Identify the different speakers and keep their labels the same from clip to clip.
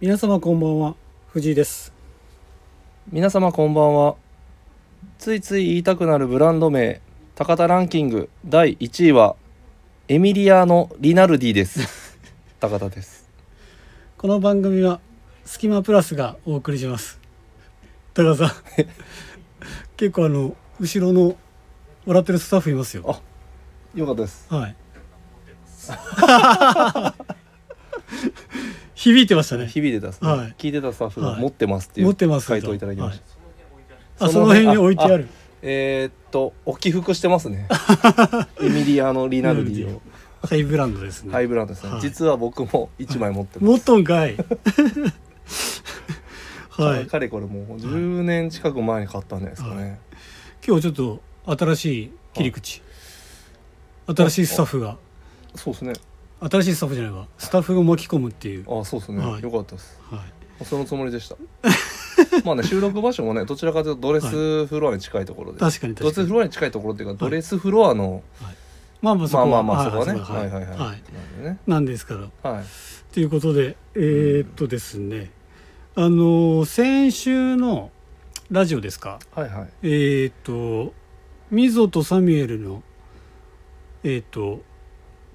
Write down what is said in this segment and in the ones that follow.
Speaker 1: 皆様こんばんは藤井です
Speaker 2: 皆様こんばんはついつい言いたくなるブランド名高田ランキング第1位はエミリアーノ・リナルディです 高田です
Speaker 1: この番組はスキマプラスがお送りします高田さん 結構あの後ろの笑ってるスタッフいますよ
Speaker 2: よかったです
Speaker 1: はい 響いてましたね
Speaker 2: 響いてたスタッフ、
Speaker 1: はい
Speaker 2: 聞いてたスタッフが
Speaker 1: はい
Speaker 2: 持ってますってい
Speaker 1: 持
Speaker 2: う
Speaker 1: ってます
Speaker 2: 回答いただきまし
Speaker 1: は
Speaker 2: た、
Speaker 1: いあその辺に置いてある
Speaker 2: えー、っとお起伏してま すねエミリアーノ・リナルディを
Speaker 1: ハイブランドですね、
Speaker 2: ハイブランドですね、
Speaker 1: はい
Speaker 2: 実は僕も1枚持ってます、
Speaker 1: 持っとん かいはい
Speaker 2: かれこれもう10年近く前に買ったんじゃないですかね、
Speaker 1: 今日ちょっと新しい切り口新しいスタッフが
Speaker 2: そうですね
Speaker 1: 新しいスタッフじゃないわスタッフを巻き込むっていう、
Speaker 2: あそうですね、
Speaker 1: はい
Speaker 2: よかったです
Speaker 1: はい、
Speaker 2: そのつもりでした まあね収録場所もねどちらかというとドレスフロアに近いところで、
Speaker 1: 確かに
Speaker 2: ドレ
Speaker 1: 確か
Speaker 2: ス
Speaker 1: に
Speaker 2: フロアに近いところっていうか、ドレスフロアの
Speaker 1: まあまあそ
Speaker 2: まあ
Speaker 1: こ
Speaker 2: まあ
Speaker 1: は
Speaker 2: まあそこはね
Speaker 1: い
Speaker 2: はいはいは
Speaker 1: は
Speaker 2: い、なんでね
Speaker 1: なんですから
Speaker 2: はい
Speaker 1: ということでえーっとですねあのー先週のラジオですか
Speaker 2: はいはい
Speaker 1: えーっとミゾとサミュエルのえーっと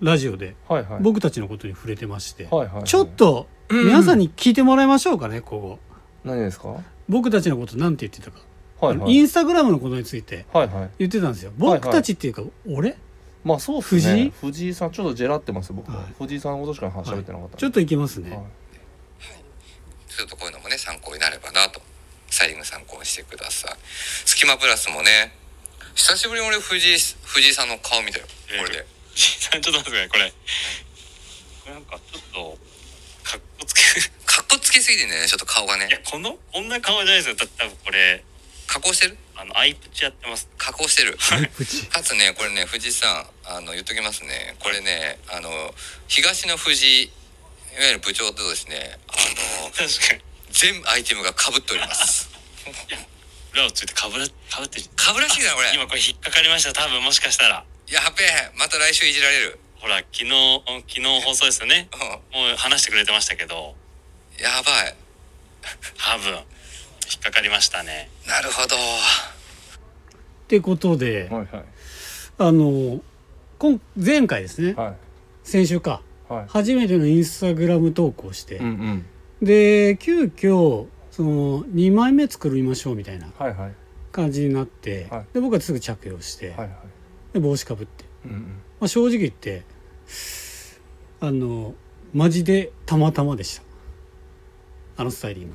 Speaker 1: ラジオで
Speaker 2: はいはい
Speaker 1: 僕たちのことに触れてまして、
Speaker 2: はいはいはい
Speaker 1: ちょっと皆さんに聞いてもらいましょうかね、ここ
Speaker 2: 何ですかは
Speaker 1: 僕たちのことなんて言ってたか、
Speaker 2: い
Speaker 1: あ
Speaker 2: は
Speaker 1: のイ
Speaker 2: い
Speaker 1: ンスタグラムのことについて
Speaker 2: はいはい
Speaker 1: 言ってたんですよ
Speaker 2: はいはい
Speaker 1: 僕たちっていうか、俺
Speaker 2: まあそうです
Speaker 1: 藤井
Speaker 2: ね藤井さんちょっとジェラってます僕は、
Speaker 1: はい
Speaker 2: 藤井さんのことしか話しゃべってなかった、
Speaker 1: ちょっといきますね、
Speaker 2: はい
Speaker 3: ちょっとこういうのもね参考になればなとスタイリング参考にしてくださいスキマプラスもね久しぶりに俺藤井藤井さんの顔見たよ
Speaker 4: えー
Speaker 3: これで
Speaker 4: さん ちょっと待ってくださいこれなんかちょっとかっこつけ
Speaker 3: かっこつけすぎてんだよねちょっと顔が
Speaker 4: いや
Speaker 3: ね
Speaker 4: このこんな顔じゃないですよた多分これ
Speaker 3: 加工してる
Speaker 4: あのアイプチやってます
Speaker 3: 加工してる
Speaker 1: プチ
Speaker 3: かつねこれね藤井さんあの言っときますねこれねあの東の藤井いわゆる部長とですねあの
Speaker 4: 確かに
Speaker 3: 全アイテムがかぶっており ます
Speaker 4: 裏をついてかぶらかぶってる
Speaker 3: かぶらしいなこれ
Speaker 4: 今これ引っかかりました多分もしかしたら
Speaker 3: やべえまた来週いじられる
Speaker 4: ほら昨日昨日放送ですよね
Speaker 3: うん
Speaker 4: もう話してくれてましたけど
Speaker 3: やばい
Speaker 4: 多分引っかかりましたね
Speaker 3: なるほど
Speaker 1: ってことで、
Speaker 2: はいはい
Speaker 1: あの今前回ですね、
Speaker 2: は
Speaker 1: 先週か
Speaker 2: いはい
Speaker 1: 初めてのインスタグラム投稿して、
Speaker 2: うんうん
Speaker 1: で急遽その2枚目作りましょうみたいな
Speaker 2: はいはい
Speaker 1: 感じになって、
Speaker 2: はい
Speaker 1: で僕はすぐ着用して、
Speaker 2: はいはい
Speaker 1: で帽子かぶって、
Speaker 2: うんうん
Speaker 1: まあ、正直言ってあのマジでたまたまでしたあのスタイリング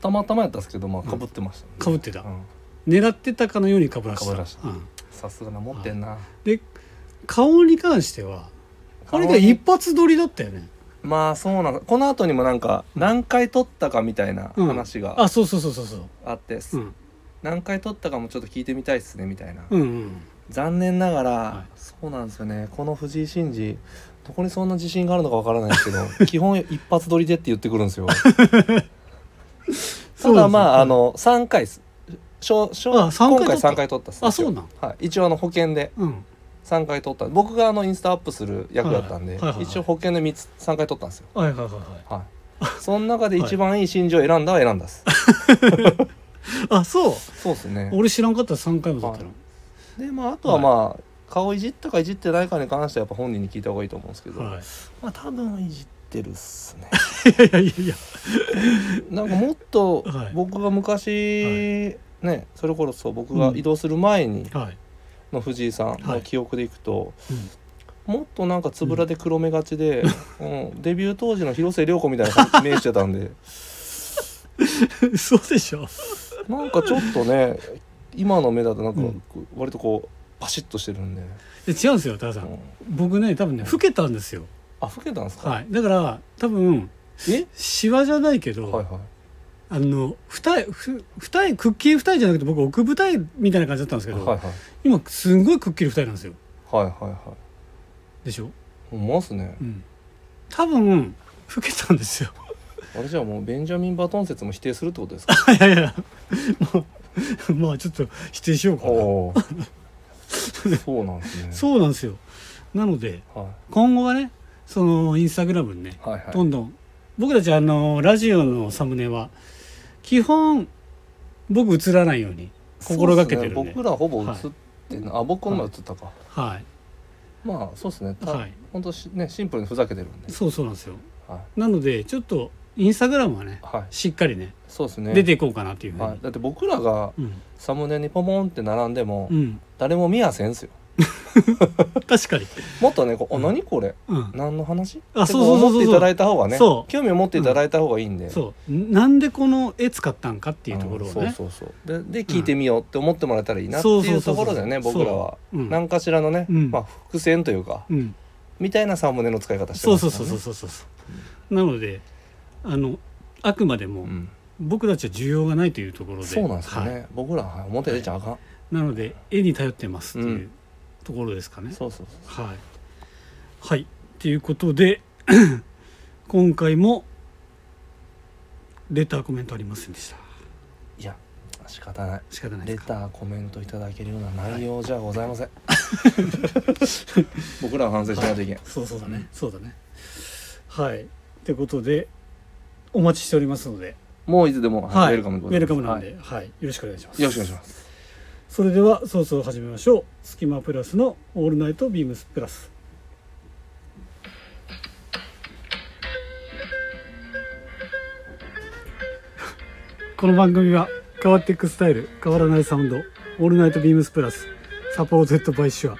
Speaker 2: たまたまやったんですけどまあかぶってましたね、
Speaker 1: かぶってた
Speaker 2: うん
Speaker 1: 狙ってたかのようにかぶらせた
Speaker 2: 被らせた
Speaker 1: うん
Speaker 2: さすがな持ってんな、
Speaker 1: で顔に関してはあれが一発撮りだったよね
Speaker 2: まあそうなんだこの後にもなんか何回撮ったかみたいな
Speaker 1: うん
Speaker 2: 話が
Speaker 1: あそうそうそうそうそう
Speaker 2: あって、
Speaker 1: うん
Speaker 2: 何回撮ったかもちょっと聞いてみたいっすねみたいな、
Speaker 1: うんうん
Speaker 2: 残念ながら、
Speaker 1: はい
Speaker 2: そうなんですよねこの藤井真二どこにそんな自信があるのかわからないですけど 基本一発撮りでって言ってくるん ですよ
Speaker 1: そ
Speaker 2: た
Speaker 1: うなんですね
Speaker 2: だまああの3回っすしょしょ
Speaker 1: あ三回撮っ
Speaker 2: 今回
Speaker 1: た
Speaker 2: 3回撮ったっす
Speaker 1: あそうなん、
Speaker 2: はい、一応あの保険で
Speaker 1: うん
Speaker 2: 3回撮った僕があのインスタアップする役だったんで、
Speaker 1: はいはいはいはい
Speaker 2: 一応保険で3つ3回撮ったんですよ
Speaker 1: はいはいはいはい
Speaker 2: はい。 その中で一番いい真珠を選んだは選んだっす。
Speaker 1: あそう
Speaker 2: そうですね。
Speaker 1: 俺知らんかったら3回もだったの、
Speaker 2: はで、まあ、あとはまあ、顔いじったかいじってないかに関してはやっぱ本人に聞いた方がいいと思うんですけど、
Speaker 1: はい、
Speaker 2: まあ多分いじってるっ すね。
Speaker 1: いやいやいやいや
Speaker 2: なんかもっと
Speaker 1: はい
Speaker 2: 僕が昔、ね、それこそ僕が移動する前に
Speaker 1: はい
Speaker 2: の藤井さん
Speaker 1: は
Speaker 2: の
Speaker 1: い
Speaker 2: 記憶でいくと、
Speaker 1: うん
Speaker 2: もっとなんかつぶらで黒目がちで、うん、デビュー当時の広末涼子みたいな目してた んで
Speaker 1: そうでしょ
Speaker 2: なんかちょっとね今の目だとなんか
Speaker 1: うん
Speaker 2: 割とこうパシッとしてるんで、
Speaker 1: で違うんですよ多田さ
Speaker 2: うんん
Speaker 1: 僕ね多分ね老けたんですよ
Speaker 2: あ、老けたんですか。
Speaker 1: はいだから多分
Speaker 2: え、
Speaker 1: シワじゃないけど、
Speaker 2: はいはい。
Speaker 1: あの二重ふ二重クッキリ二重じゃなくて僕奥二重みたいな感じだったんですけど、
Speaker 2: はいはい。
Speaker 1: 今すんごいくっきり二重なんですよ
Speaker 2: はいはいは
Speaker 1: でしょ
Speaker 2: い。もうますね
Speaker 1: う。ん多分老けたんですよ
Speaker 2: あれじゃあもうベンジャミンバトン説も否定するってこと ですか。
Speaker 1: いやいやま あまあちょっと否定しようかな
Speaker 2: おお。そうなんですね。
Speaker 1: そうなんですよなので
Speaker 2: は
Speaker 1: 今後はねそのインスタグラムにね
Speaker 2: い。はいはい。
Speaker 1: どんどん僕たちあのラジオのサムネは基本僕映らないように心がけてるん
Speaker 2: そう
Speaker 1: で
Speaker 2: っすね僕らほぼ映ってな、あ僕のも映ったか、
Speaker 1: は
Speaker 2: まあそうですね
Speaker 1: い
Speaker 2: た、
Speaker 1: はい
Speaker 2: ほんとしねシンプルにふざけてるんで
Speaker 1: そうそうなんですよ
Speaker 2: はい、
Speaker 1: なのでちょっとインスタグラムはね
Speaker 2: はい、
Speaker 1: しっかりね
Speaker 2: そうですね
Speaker 1: 出ていこうかなっていうふうに、
Speaker 2: はい、だって僕らが
Speaker 1: うん、
Speaker 2: サムネにポモンって並んでも、
Speaker 1: うん、
Speaker 2: 誰も見やせんすよ
Speaker 1: 確かに、
Speaker 2: もっとねこう「お
Speaker 1: うん
Speaker 2: 何これ
Speaker 1: うん、
Speaker 2: 何の話?」
Speaker 1: あ
Speaker 2: ってこ
Speaker 1: そうそうそうそう
Speaker 2: 思っていただいた方がね
Speaker 1: そう
Speaker 2: 興味を持っていただいた方がいいんで、
Speaker 1: そうなんでこの絵使ったんかっていうところを
Speaker 2: うん
Speaker 1: ね
Speaker 2: そうそうそうでで聞いてみようって思ってもらえたらいいなって
Speaker 1: そう
Speaker 2: い
Speaker 1: そう
Speaker 2: う
Speaker 1: そう
Speaker 2: と
Speaker 1: そう
Speaker 2: ころでね僕らは
Speaker 1: うん
Speaker 2: 何かしらのね、
Speaker 1: うん
Speaker 2: まあ、伏線というか
Speaker 1: うん、
Speaker 2: みたいなサムネの使い方して
Speaker 1: そ
Speaker 2: ま
Speaker 1: う
Speaker 2: すか
Speaker 1: そ
Speaker 2: ら
Speaker 1: う
Speaker 2: ね
Speaker 1: そうそうそうそうなのであのあくまでも
Speaker 2: うん
Speaker 1: 僕たちは需要がないというところで
Speaker 2: そうなんですよね、
Speaker 1: はい
Speaker 2: 僕らは表出ちゃあかん、
Speaker 1: なので絵に頼ってますっていううんところですかね、
Speaker 2: そうそう
Speaker 1: はいはいということで 今回もレターコメントありませんでした
Speaker 2: いや仕方ない
Speaker 1: 仕方ないで
Speaker 2: レ
Speaker 1: すか
Speaker 2: ターコメントいただけるような内容じゃございませ ん、僕らは反省しないといけん、
Speaker 1: そうそうだね、そうだねはいってことでお待ちしておりますので
Speaker 2: もういつでも、
Speaker 1: はい、
Speaker 2: ウェルカムでご
Speaker 1: ウ
Speaker 2: ざ
Speaker 1: ェ
Speaker 2: います
Speaker 1: ルカムなんで、
Speaker 2: は
Speaker 1: はいよろしくお願いします
Speaker 2: いよろしくお願いします
Speaker 1: それではそろそろ始めましょう「スキマプラス」の「オールナイトビームスプラス」この番組は変わっていくスタイル変わらないサウンド「オールナイトビームスプラス」サポートバイシュア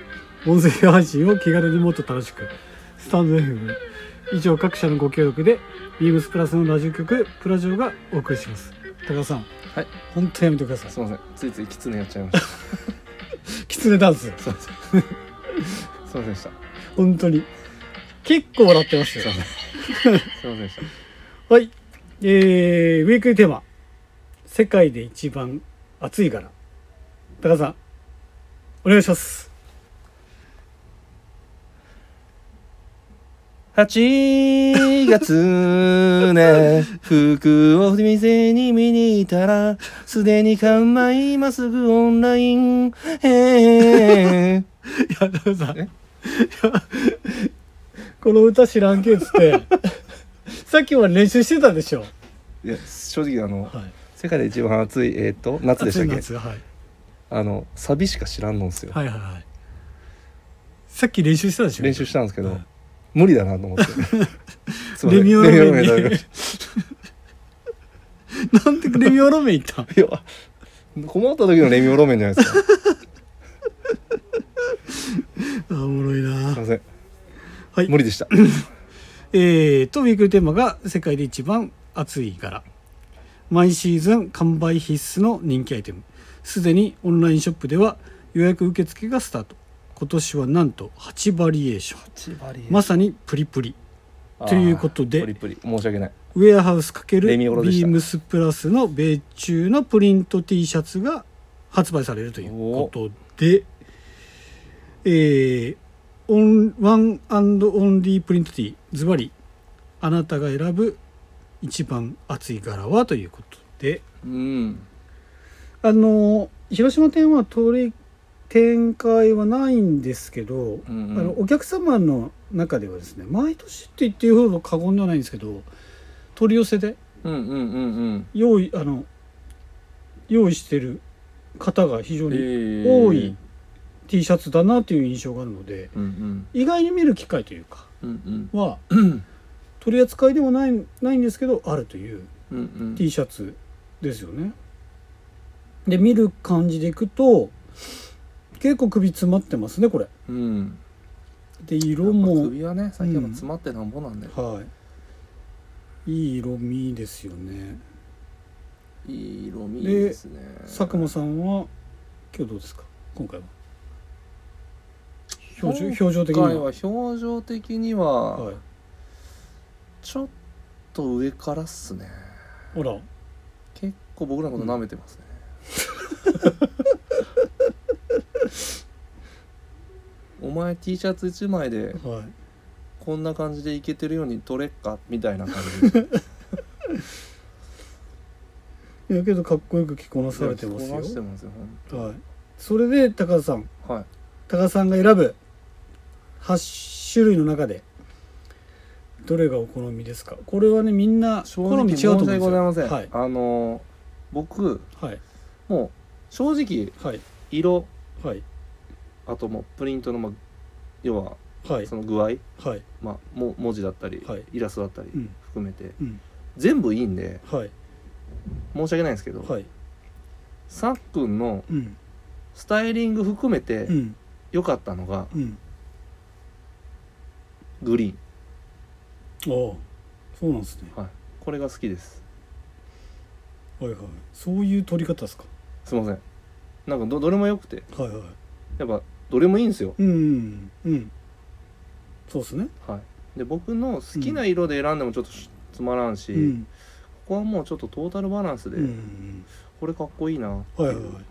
Speaker 1: 音声配信を気軽にもっと楽しくスタンド FM 以上各社のご協力でビームスプラスのラジオ局プラジオがお送りします高田さん
Speaker 2: はい
Speaker 1: 本当やめてください
Speaker 2: すいませんついついキツネやっちゃいました
Speaker 1: キツネダンス
Speaker 2: すいませんすいませんでした
Speaker 1: 本当に結構笑ってますよ
Speaker 2: すいませんすいませんでした
Speaker 1: はいえー、ウィークリーテーマ「世界で一番暑いから」高田さんお願いします
Speaker 2: 8月ね、服を店に見に行ったら、すでに完売、今すぐオンライン。
Speaker 1: い
Speaker 2: えー、
Speaker 1: や高田さん
Speaker 2: え
Speaker 1: この歌知らんけっつって さっきまで練習してたでしょ、
Speaker 2: いや、正直あの、
Speaker 1: はい、
Speaker 2: 世界で一番暑い、えっ、と、夏でしたっけ
Speaker 1: 夏、はい、
Speaker 2: あの、サビしか知らんのんすよ。
Speaker 1: はいはいはいさっき練習したでしょ
Speaker 2: 練習したんですけど、
Speaker 1: はい
Speaker 2: 無理だなと思って。すいません
Speaker 1: レミオロメンに
Speaker 2: レミオロメンいただきまし
Speaker 1: なんでレミオロメン行ったん
Speaker 2: たいや、困った時のレミオロメンじゃないですか。
Speaker 1: あーおもろいな
Speaker 2: すいません。
Speaker 1: はい
Speaker 2: 無理でした。
Speaker 1: えー、とウィークリーテーマが「世界で一番暑いから」毎シーズン完売必須の人気アイテムすでにオンラインショップでは予約受付がスタート今年はなんと8バリエーションまさにプリプリということで
Speaker 2: あープリプリ、申し訳ない。
Speaker 1: ウェアハウス×
Speaker 2: レミオロでし
Speaker 1: ビー
Speaker 2: た
Speaker 1: ムスプラスの米中のプリント T シャツが発売されるということで、えー、オンワンアンドオンリープリント T ズバリあなたが選ぶ一番熱い柄はということで
Speaker 2: うん。
Speaker 1: あの広島店は取り展開はないんですけど、
Speaker 2: うんうん
Speaker 1: あのお客様の中ではですね毎年って言っていいほど過言ではないんですけど取り寄せで
Speaker 2: うんうんうん
Speaker 1: 用意あの用意してる方が非常
Speaker 2: うん。
Speaker 1: に
Speaker 2: 多
Speaker 1: 多い T シャツだなという印象があるので
Speaker 2: うん
Speaker 1: 意外に見る機会というか
Speaker 2: うんうん
Speaker 1: は取り扱いではないないんですけどあるという
Speaker 2: うんうん。
Speaker 1: T シャツですよね。で見る感じでいくと結構首詰まってますねこれ。
Speaker 2: うん。
Speaker 1: で色も
Speaker 2: 首はね最近は詰まってなんぼなんで、
Speaker 1: はいいい色味ですよね。
Speaker 2: いい色味ですね。
Speaker 1: 佐久間さんは今日どうですか今回は表情表情的に
Speaker 2: 今
Speaker 1: は
Speaker 2: 回は表情的に
Speaker 1: はい
Speaker 2: は、ちょっと上からっすね。
Speaker 1: ほら
Speaker 2: 結構僕らのこと舐め てますね。お前 T シャツ1枚で
Speaker 1: はい
Speaker 2: こんな感じでいけてるように撮れっかみたいな感 じで
Speaker 1: いやけどかっこよく着こなされてます
Speaker 2: 着こなして
Speaker 1: よ
Speaker 2: ますよ
Speaker 1: はいそれで高田さん
Speaker 2: はい
Speaker 1: 高田さんが選ぶ8種類の中でどれがお好みですかこれはねみんな
Speaker 2: 正
Speaker 1: 好み
Speaker 2: 直
Speaker 1: 違うと思うん
Speaker 2: 申し
Speaker 1: で
Speaker 2: 訳
Speaker 1: す
Speaker 2: ございま
Speaker 1: よ
Speaker 2: せん、
Speaker 1: はい
Speaker 2: あのー僕
Speaker 1: はい
Speaker 2: もう正直
Speaker 1: はい
Speaker 2: 色
Speaker 1: はい
Speaker 2: あともうプリントの、まあ、要は
Speaker 1: はい
Speaker 2: その具合、
Speaker 1: はい
Speaker 2: まあ、も文字だったり、
Speaker 1: はい
Speaker 2: イラストだったり
Speaker 1: うん
Speaker 2: 含めて
Speaker 1: うん
Speaker 2: 全部いいんで
Speaker 1: はい
Speaker 2: 申し訳ないんですけど、
Speaker 1: はい
Speaker 2: さっくんの
Speaker 1: うん
Speaker 2: スタイリング含めて
Speaker 1: うん
Speaker 2: 良かったのが
Speaker 1: うん
Speaker 2: グリーン、
Speaker 1: おあそうなんですね
Speaker 2: はい、これが好きです
Speaker 1: はいはいそういう撮り方ですか
Speaker 2: すいませんなんかどどれも良くて
Speaker 1: はいはい
Speaker 2: やっぱどれもいいんですよ、
Speaker 1: うんうんうんそうですね
Speaker 2: はい、で僕の好きな色で選んでもちょっとしつまらんし、
Speaker 1: うん
Speaker 2: ここはもうちょっとトータルバランスで、
Speaker 1: うんうん
Speaker 2: これかっこいいなって、
Speaker 1: はいいうはいはい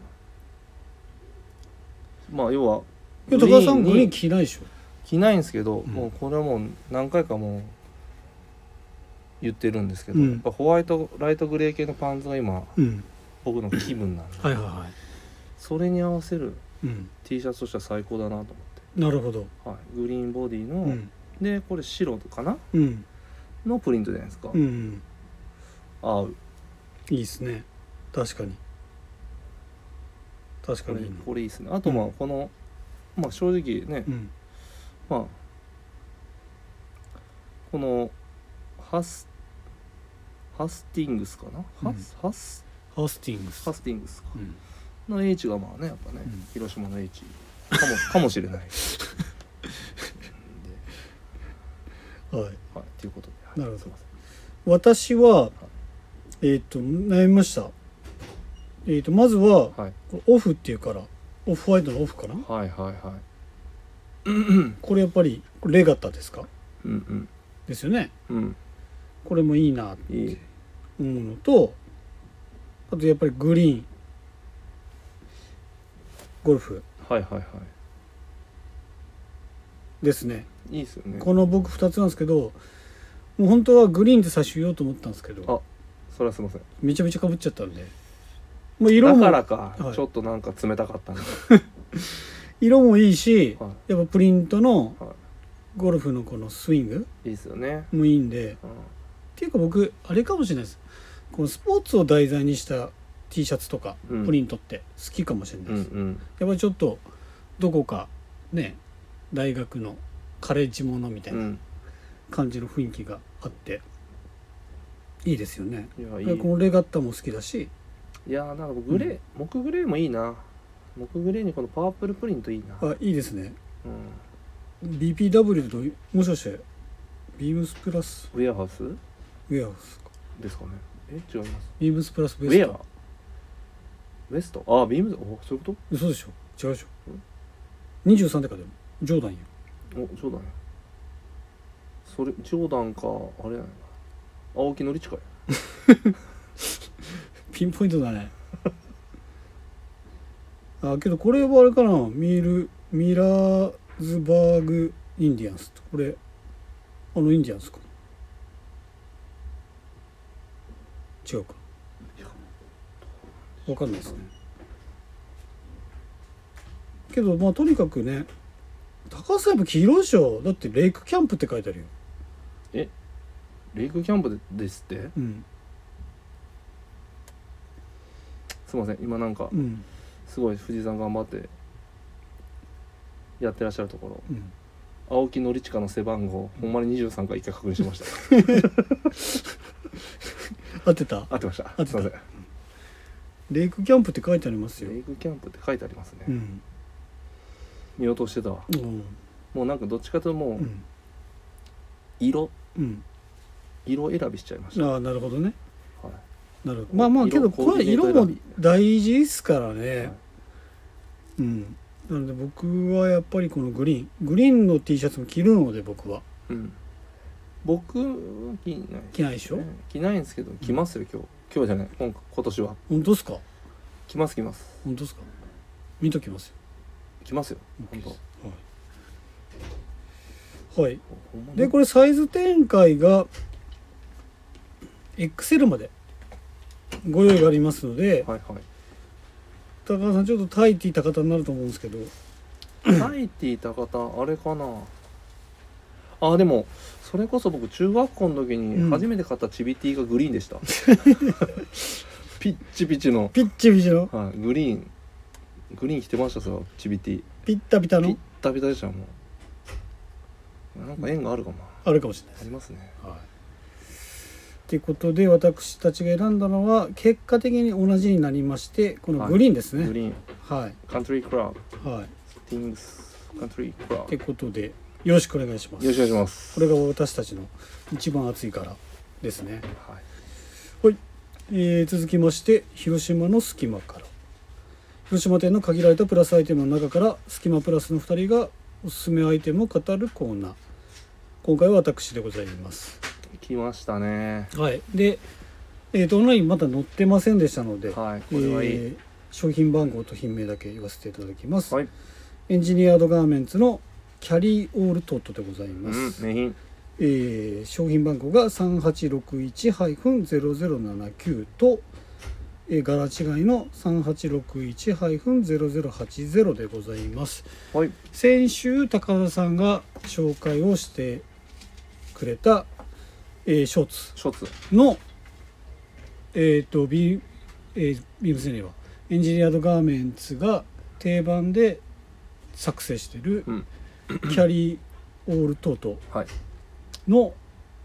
Speaker 2: まあ要は
Speaker 1: え高田さん
Speaker 2: グ
Speaker 1: グリーン
Speaker 2: リーンに
Speaker 1: 着ないでしょ
Speaker 2: 着ないんですけど、
Speaker 1: うん
Speaker 2: もうこれはもう何回かもう言ってるんですけど、
Speaker 1: うん
Speaker 2: やっぱホワイトライトグレー系のパンツが今
Speaker 1: うん
Speaker 2: 僕の気分なんで
Speaker 1: はいはいは
Speaker 2: それに合わせる
Speaker 1: いうん
Speaker 2: T シャツとしては最高だなと思っ
Speaker 1: なるほど
Speaker 2: て、はい、グリーンボディの、
Speaker 1: うん
Speaker 2: でこれ白かな
Speaker 1: うん
Speaker 2: のプリントじゃないですか、
Speaker 1: うん
Speaker 2: 合う
Speaker 1: いいですね確かに確か
Speaker 2: これ
Speaker 1: にいいな
Speaker 2: これいいですねあとまあ
Speaker 1: うん
Speaker 2: この、まあ正直ね、
Speaker 1: うん
Speaker 2: まあこのハスハスティングスかな、ハスハス
Speaker 1: ハスティングス
Speaker 2: ハスティングスか
Speaker 1: うん
Speaker 2: の H がまあねやっぱね、
Speaker 1: うん
Speaker 2: 広島の H かも かもしれない、
Speaker 1: はい
Speaker 2: はい、ということで、はい、
Speaker 1: なるほど
Speaker 2: すいません
Speaker 1: 私はえっと悩みましたえっとまずは
Speaker 2: はい
Speaker 1: オフっていうからオフホワイトのオフかな
Speaker 2: はいはいはい
Speaker 1: これやっぱりこれレガタですか
Speaker 2: うん
Speaker 1: ですよね
Speaker 2: うん
Speaker 1: これもいいな
Speaker 2: うんいい
Speaker 1: 思うのとあとやっぱりグリーンゴルフ
Speaker 2: はいはいは
Speaker 1: ですね
Speaker 2: いいいですよね
Speaker 1: この僕2つなんですけどもう本当はグリーンって最初言おうと思ったんですけ
Speaker 2: あ
Speaker 1: ど
Speaker 2: それはすいません
Speaker 1: めちゃめちゃかぶっちゃったんでもう色
Speaker 2: だ
Speaker 1: も
Speaker 2: からか、
Speaker 1: はい
Speaker 2: ちょっとなんか冷たかったんで、
Speaker 1: 色もいいし、
Speaker 2: は
Speaker 1: やっぱプリントの
Speaker 2: は
Speaker 1: ゴルフのこのスイング
Speaker 2: い、いいですよね、
Speaker 1: もいいんで
Speaker 2: うん、
Speaker 1: っていうか僕あれかもしれないですこのスポーツを題材にした T シャツとか
Speaker 2: うん
Speaker 1: プリントって好きかもしれな
Speaker 2: う
Speaker 1: い
Speaker 2: ん
Speaker 1: で
Speaker 2: う
Speaker 1: す、
Speaker 2: ん
Speaker 1: やっぱりちょっとどこかね大学のカレッジものみたいうなん感じの雰囲気があっていいですよね
Speaker 2: いやい
Speaker 1: だから
Speaker 2: い
Speaker 1: このレガッタも好きだし
Speaker 2: いやーなんかグレー、木グレーもいいな木グレーにこのパープルプリントいいな、
Speaker 1: あいいですね
Speaker 2: うん、
Speaker 1: BPW ともしかしてビームスプラス
Speaker 2: ウェアハウス
Speaker 1: ウェアですか
Speaker 2: ですかねえ違います
Speaker 1: ビームスプラス
Speaker 2: ウ
Speaker 1: ベス
Speaker 2: ェ
Speaker 1: ト
Speaker 2: アウエストああビームズおそういうこ
Speaker 1: 嘘でしょ違うでしょ23でかでもジョーダンよ
Speaker 2: とおそうだねそれジョーダンかあれやな青木のりちか
Speaker 1: ピンポイントだねあけどこれはあれかなミールミラーズバーグインディアンスってこれあのインディアンスか違うかわかんないですねけどまあとにかくね高橋さんやっぱ黄色いでしょだってレイクキャンプって書いてあるよ
Speaker 2: レイクキャンプでですって
Speaker 1: うん
Speaker 2: すいません今なんか
Speaker 1: うん
Speaker 2: すごい藤井さん頑張ってやってらっしゃるところ
Speaker 1: うん
Speaker 2: 青木のりちかの背番号ほんまに23回一回確認しました
Speaker 1: 合ってた
Speaker 2: 合ってました
Speaker 1: ってた
Speaker 2: すいません
Speaker 1: レイクキャンプって書いてありますよ
Speaker 2: レイクキャンプって書いてありますね、
Speaker 1: うん
Speaker 2: 見落としてたわ
Speaker 1: うん
Speaker 2: もうなんかどっちかというとも
Speaker 1: う
Speaker 2: うん色
Speaker 1: うん、
Speaker 2: 色選びしちゃいました、
Speaker 1: ああなるほどね
Speaker 2: はい、
Speaker 1: なるほどまあまあ
Speaker 2: 色
Speaker 1: けど
Speaker 2: コ
Speaker 1: こ
Speaker 2: ーデ
Speaker 1: れ
Speaker 2: ィネート
Speaker 1: 色
Speaker 2: 選
Speaker 1: も
Speaker 2: び
Speaker 1: 大事ですから
Speaker 2: は
Speaker 1: ね
Speaker 2: い、
Speaker 1: うんなので僕はやっぱりこのグリーングリーンの T シャツも着るので僕は
Speaker 2: うん僕は着ない
Speaker 1: 着ないでしょ
Speaker 2: 着ないんですけど着ますよ今日今日じゃない今今年は
Speaker 1: 本当ですか
Speaker 2: 着ます着ます
Speaker 1: 本当ですか見ときますよ
Speaker 2: 着ますよ本当
Speaker 1: はい、はい、
Speaker 2: ほんまに
Speaker 1: でこれサイズ展開が XL までご用意がありますので
Speaker 2: はいは
Speaker 1: 高田さんちょっとタイティー高田になると思うんですけど
Speaker 2: いタイティー高田あれかなああーでもそれこそ僕中学校の
Speaker 1: う
Speaker 2: 時に
Speaker 1: ん
Speaker 2: 初めて買ったチビティがグリーンで した、ピッチピチの、
Speaker 1: ピッチピチの
Speaker 2: はい、グリーングリーン着てましたさチビティ
Speaker 1: ピッタピタ
Speaker 2: ピ
Speaker 1: の
Speaker 2: ッタピタでしたよもうなんか縁があるかもな
Speaker 1: あるかもしれない
Speaker 2: ありますね
Speaker 1: はい。ってことで私たちが選んだのは結果的に同じになりましてこのグリーンです
Speaker 2: グ
Speaker 1: ね
Speaker 2: リーン
Speaker 1: はい
Speaker 2: カントリークラブ
Speaker 1: はい、っ
Speaker 2: ティングスカントリークラブ
Speaker 1: て
Speaker 2: よ
Speaker 1: ことでよろしくお願いします
Speaker 2: ろしくお願いします
Speaker 1: これが私たちの一番熱いからですね
Speaker 2: はい
Speaker 1: はい、えー続きまして広島の隙間から広島店の限られたプラスアイテムの中から隙間プラスの2人がおすすめアイテムを語るコーナー今回は私でございます
Speaker 2: 来ましたね
Speaker 1: はいで、えーとオンラインまだ載ってませんでしたので、
Speaker 2: はいこれはいい、
Speaker 1: えー商品番号と品名だけ言わせていただきます、
Speaker 2: はい、
Speaker 1: エンジニアードガーメンツのキャリーオールトットでございま
Speaker 2: うん
Speaker 1: す、
Speaker 2: 名品
Speaker 1: えー商品番号が3861-0079と、えー柄違いの3861-0080でございます
Speaker 2: はい
Speaker 1: 先週高田さんが紹介をしてくれた、えーショーツ
Speaker 2: ショーツ
Speaker 1: のえっ、とビ,、えービームスネイはエンジニアードガーメンツが定番で作成してる
Speaker 2: うん
Speaker 1: キャリーオールトート
Speaker 2: はい
Speaker 1: の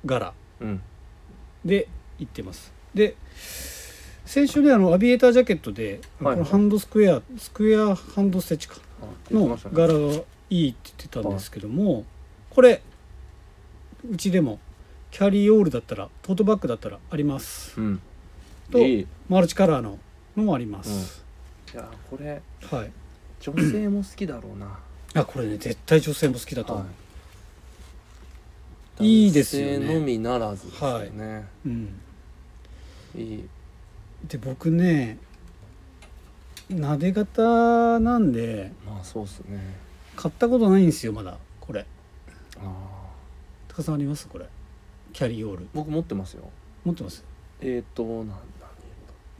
Speaker 1: 柄
Speaker 2: うん
Speaker 1: で行ってますで先週ねあのアビエータージャケットで、
Speaker 2: はい
Speaker 1: このハンドスクエアスクエアハンドステッチか
Speaker 2: あ言って
Speaker 1: の
Speaker 2: ましたね
Speaker 1: 柄がいいって言ってたんですけども、これうちでもキャリーオールだったらトートバッグだったらあります
Speaker 2: うん
Speaker 1: と
Speaker 2: いいい
Speaker 1: マルチカラーののもあります、
Speaker 2: やこれ
Speaker 1: はい
Speaker 2: 女性も好きだろうな
Speaker 1: あこれね絶対女性も好きだと思う、
Speaker 2: い
Speaker 1: いいですよね
Speaker 2: 男性のみならずですよね、
Speaker 1: うん、
Speaker 2: い、い
Speaker 1: で僕ね撫で型なんで
Speaker 2: まあそうっすね
Speaker 1: 買ったことないんですよまだこれ
Speaker 2: ああ
Speaker 1: 高田さんありますこれキャリーオール
Speaker 2: 僕持ってますよ
Speaker 1: 持ってます
Speaker 2: えっ、ー、となんだ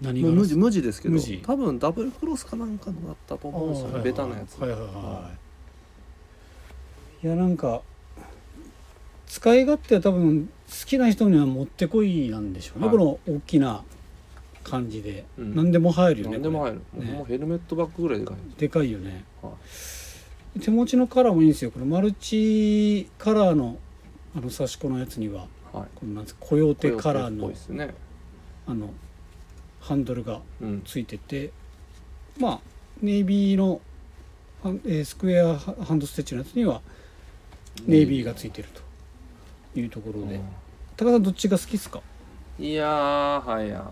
Speaker 1: 何
Speaker 2: ま
Speaker 1: が
Speaker 2: あ無地無地ですけど
Speaker 1: 無地
Speaker 2: 多分ダブルクロスかなんかのだったと思うんですよね、ベタなやつ、
Speaker 1: はいはいはい、い、やなんか使い勝手は多分好きな人にはもってこいなんでしょうね、
Speaker 2: はい
Speaker 1: この大きな感じで、
Speaker 2: うん
Speaker 1: 何でも入るよね
Speaker 2: 何でも入る、
Speaker 1: ね
Speaker 2: もうヘルメットバッグぐらいでかい
Speaker 1: これでかいよね
Speaker 2: は、
Speaker 1: 手持ちのカラーもいいんですよこのマルチカラーのあの差し子のやつにはい
Speaker 2: はい、
Speaker 1: このなんてコヨーテカラー
Speaker 2: コヨーテっぽ
Speaker 1: の
Speaker 2: いですね
Speaker 1: あのハンドルが
Speaker 2: うん
Speaker 1: ついててまあネイビーのハンえースクエアハハンドステッチのやつにはネイビーがついてるというところで、高田さんどっちが好きですか、
Speaker 2: うんいやーはや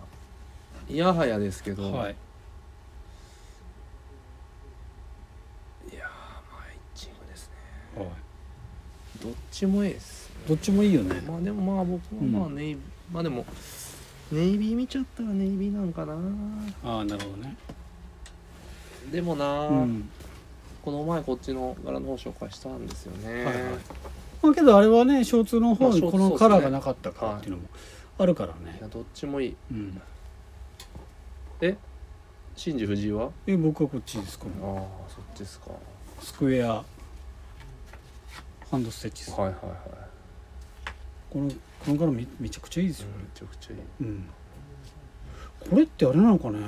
Speaker 2: いやはやですけど、
Speaker 1: はい
Speaker 2: いやーマイチングです
Speaker 1: は
Speaker 2: ね
Speaker 1: い
Speaker 2: どっちもいいです
Speaker 1: どっちもいいよね
Speaker 2: まあでもまあ僕はまあ
Speaker 1: う
Speaker 2: ネイビー、まあでもネイビー見ちゃったらネイビーなんかな
Speaker 1: ああなるほどね
Speaker 2: でもな、
Speaker 1: うん
Speaker 2: この前こっちの柄の方紹介したんですよね、
Speaker 1: はいはいまあけどあれはねショーツの方
Speaker 2: まあ
Speaker 1: に
Speaker 2: ショーツ
Speaker 1: このカラーがなかったからっていうのもあるからね
Speaker 2: いや、どっちもいい
Speaker 1: うん、
Speaker 2: 真珠藤井は
Speaker 1: で僕はこっちですこ
Speaker 2: ああ
Speaker 1: の
Speaker 2: そっちですかは
Speaker 1: スクエアハンドステッチですこ
Speaker 2: いはいはい
Speaker 1: のこのカラーめめちゃくちゃいいですよ、
Speaker 2: めちゃくちゃいい
Speaker 1: うん、これってあれなのかね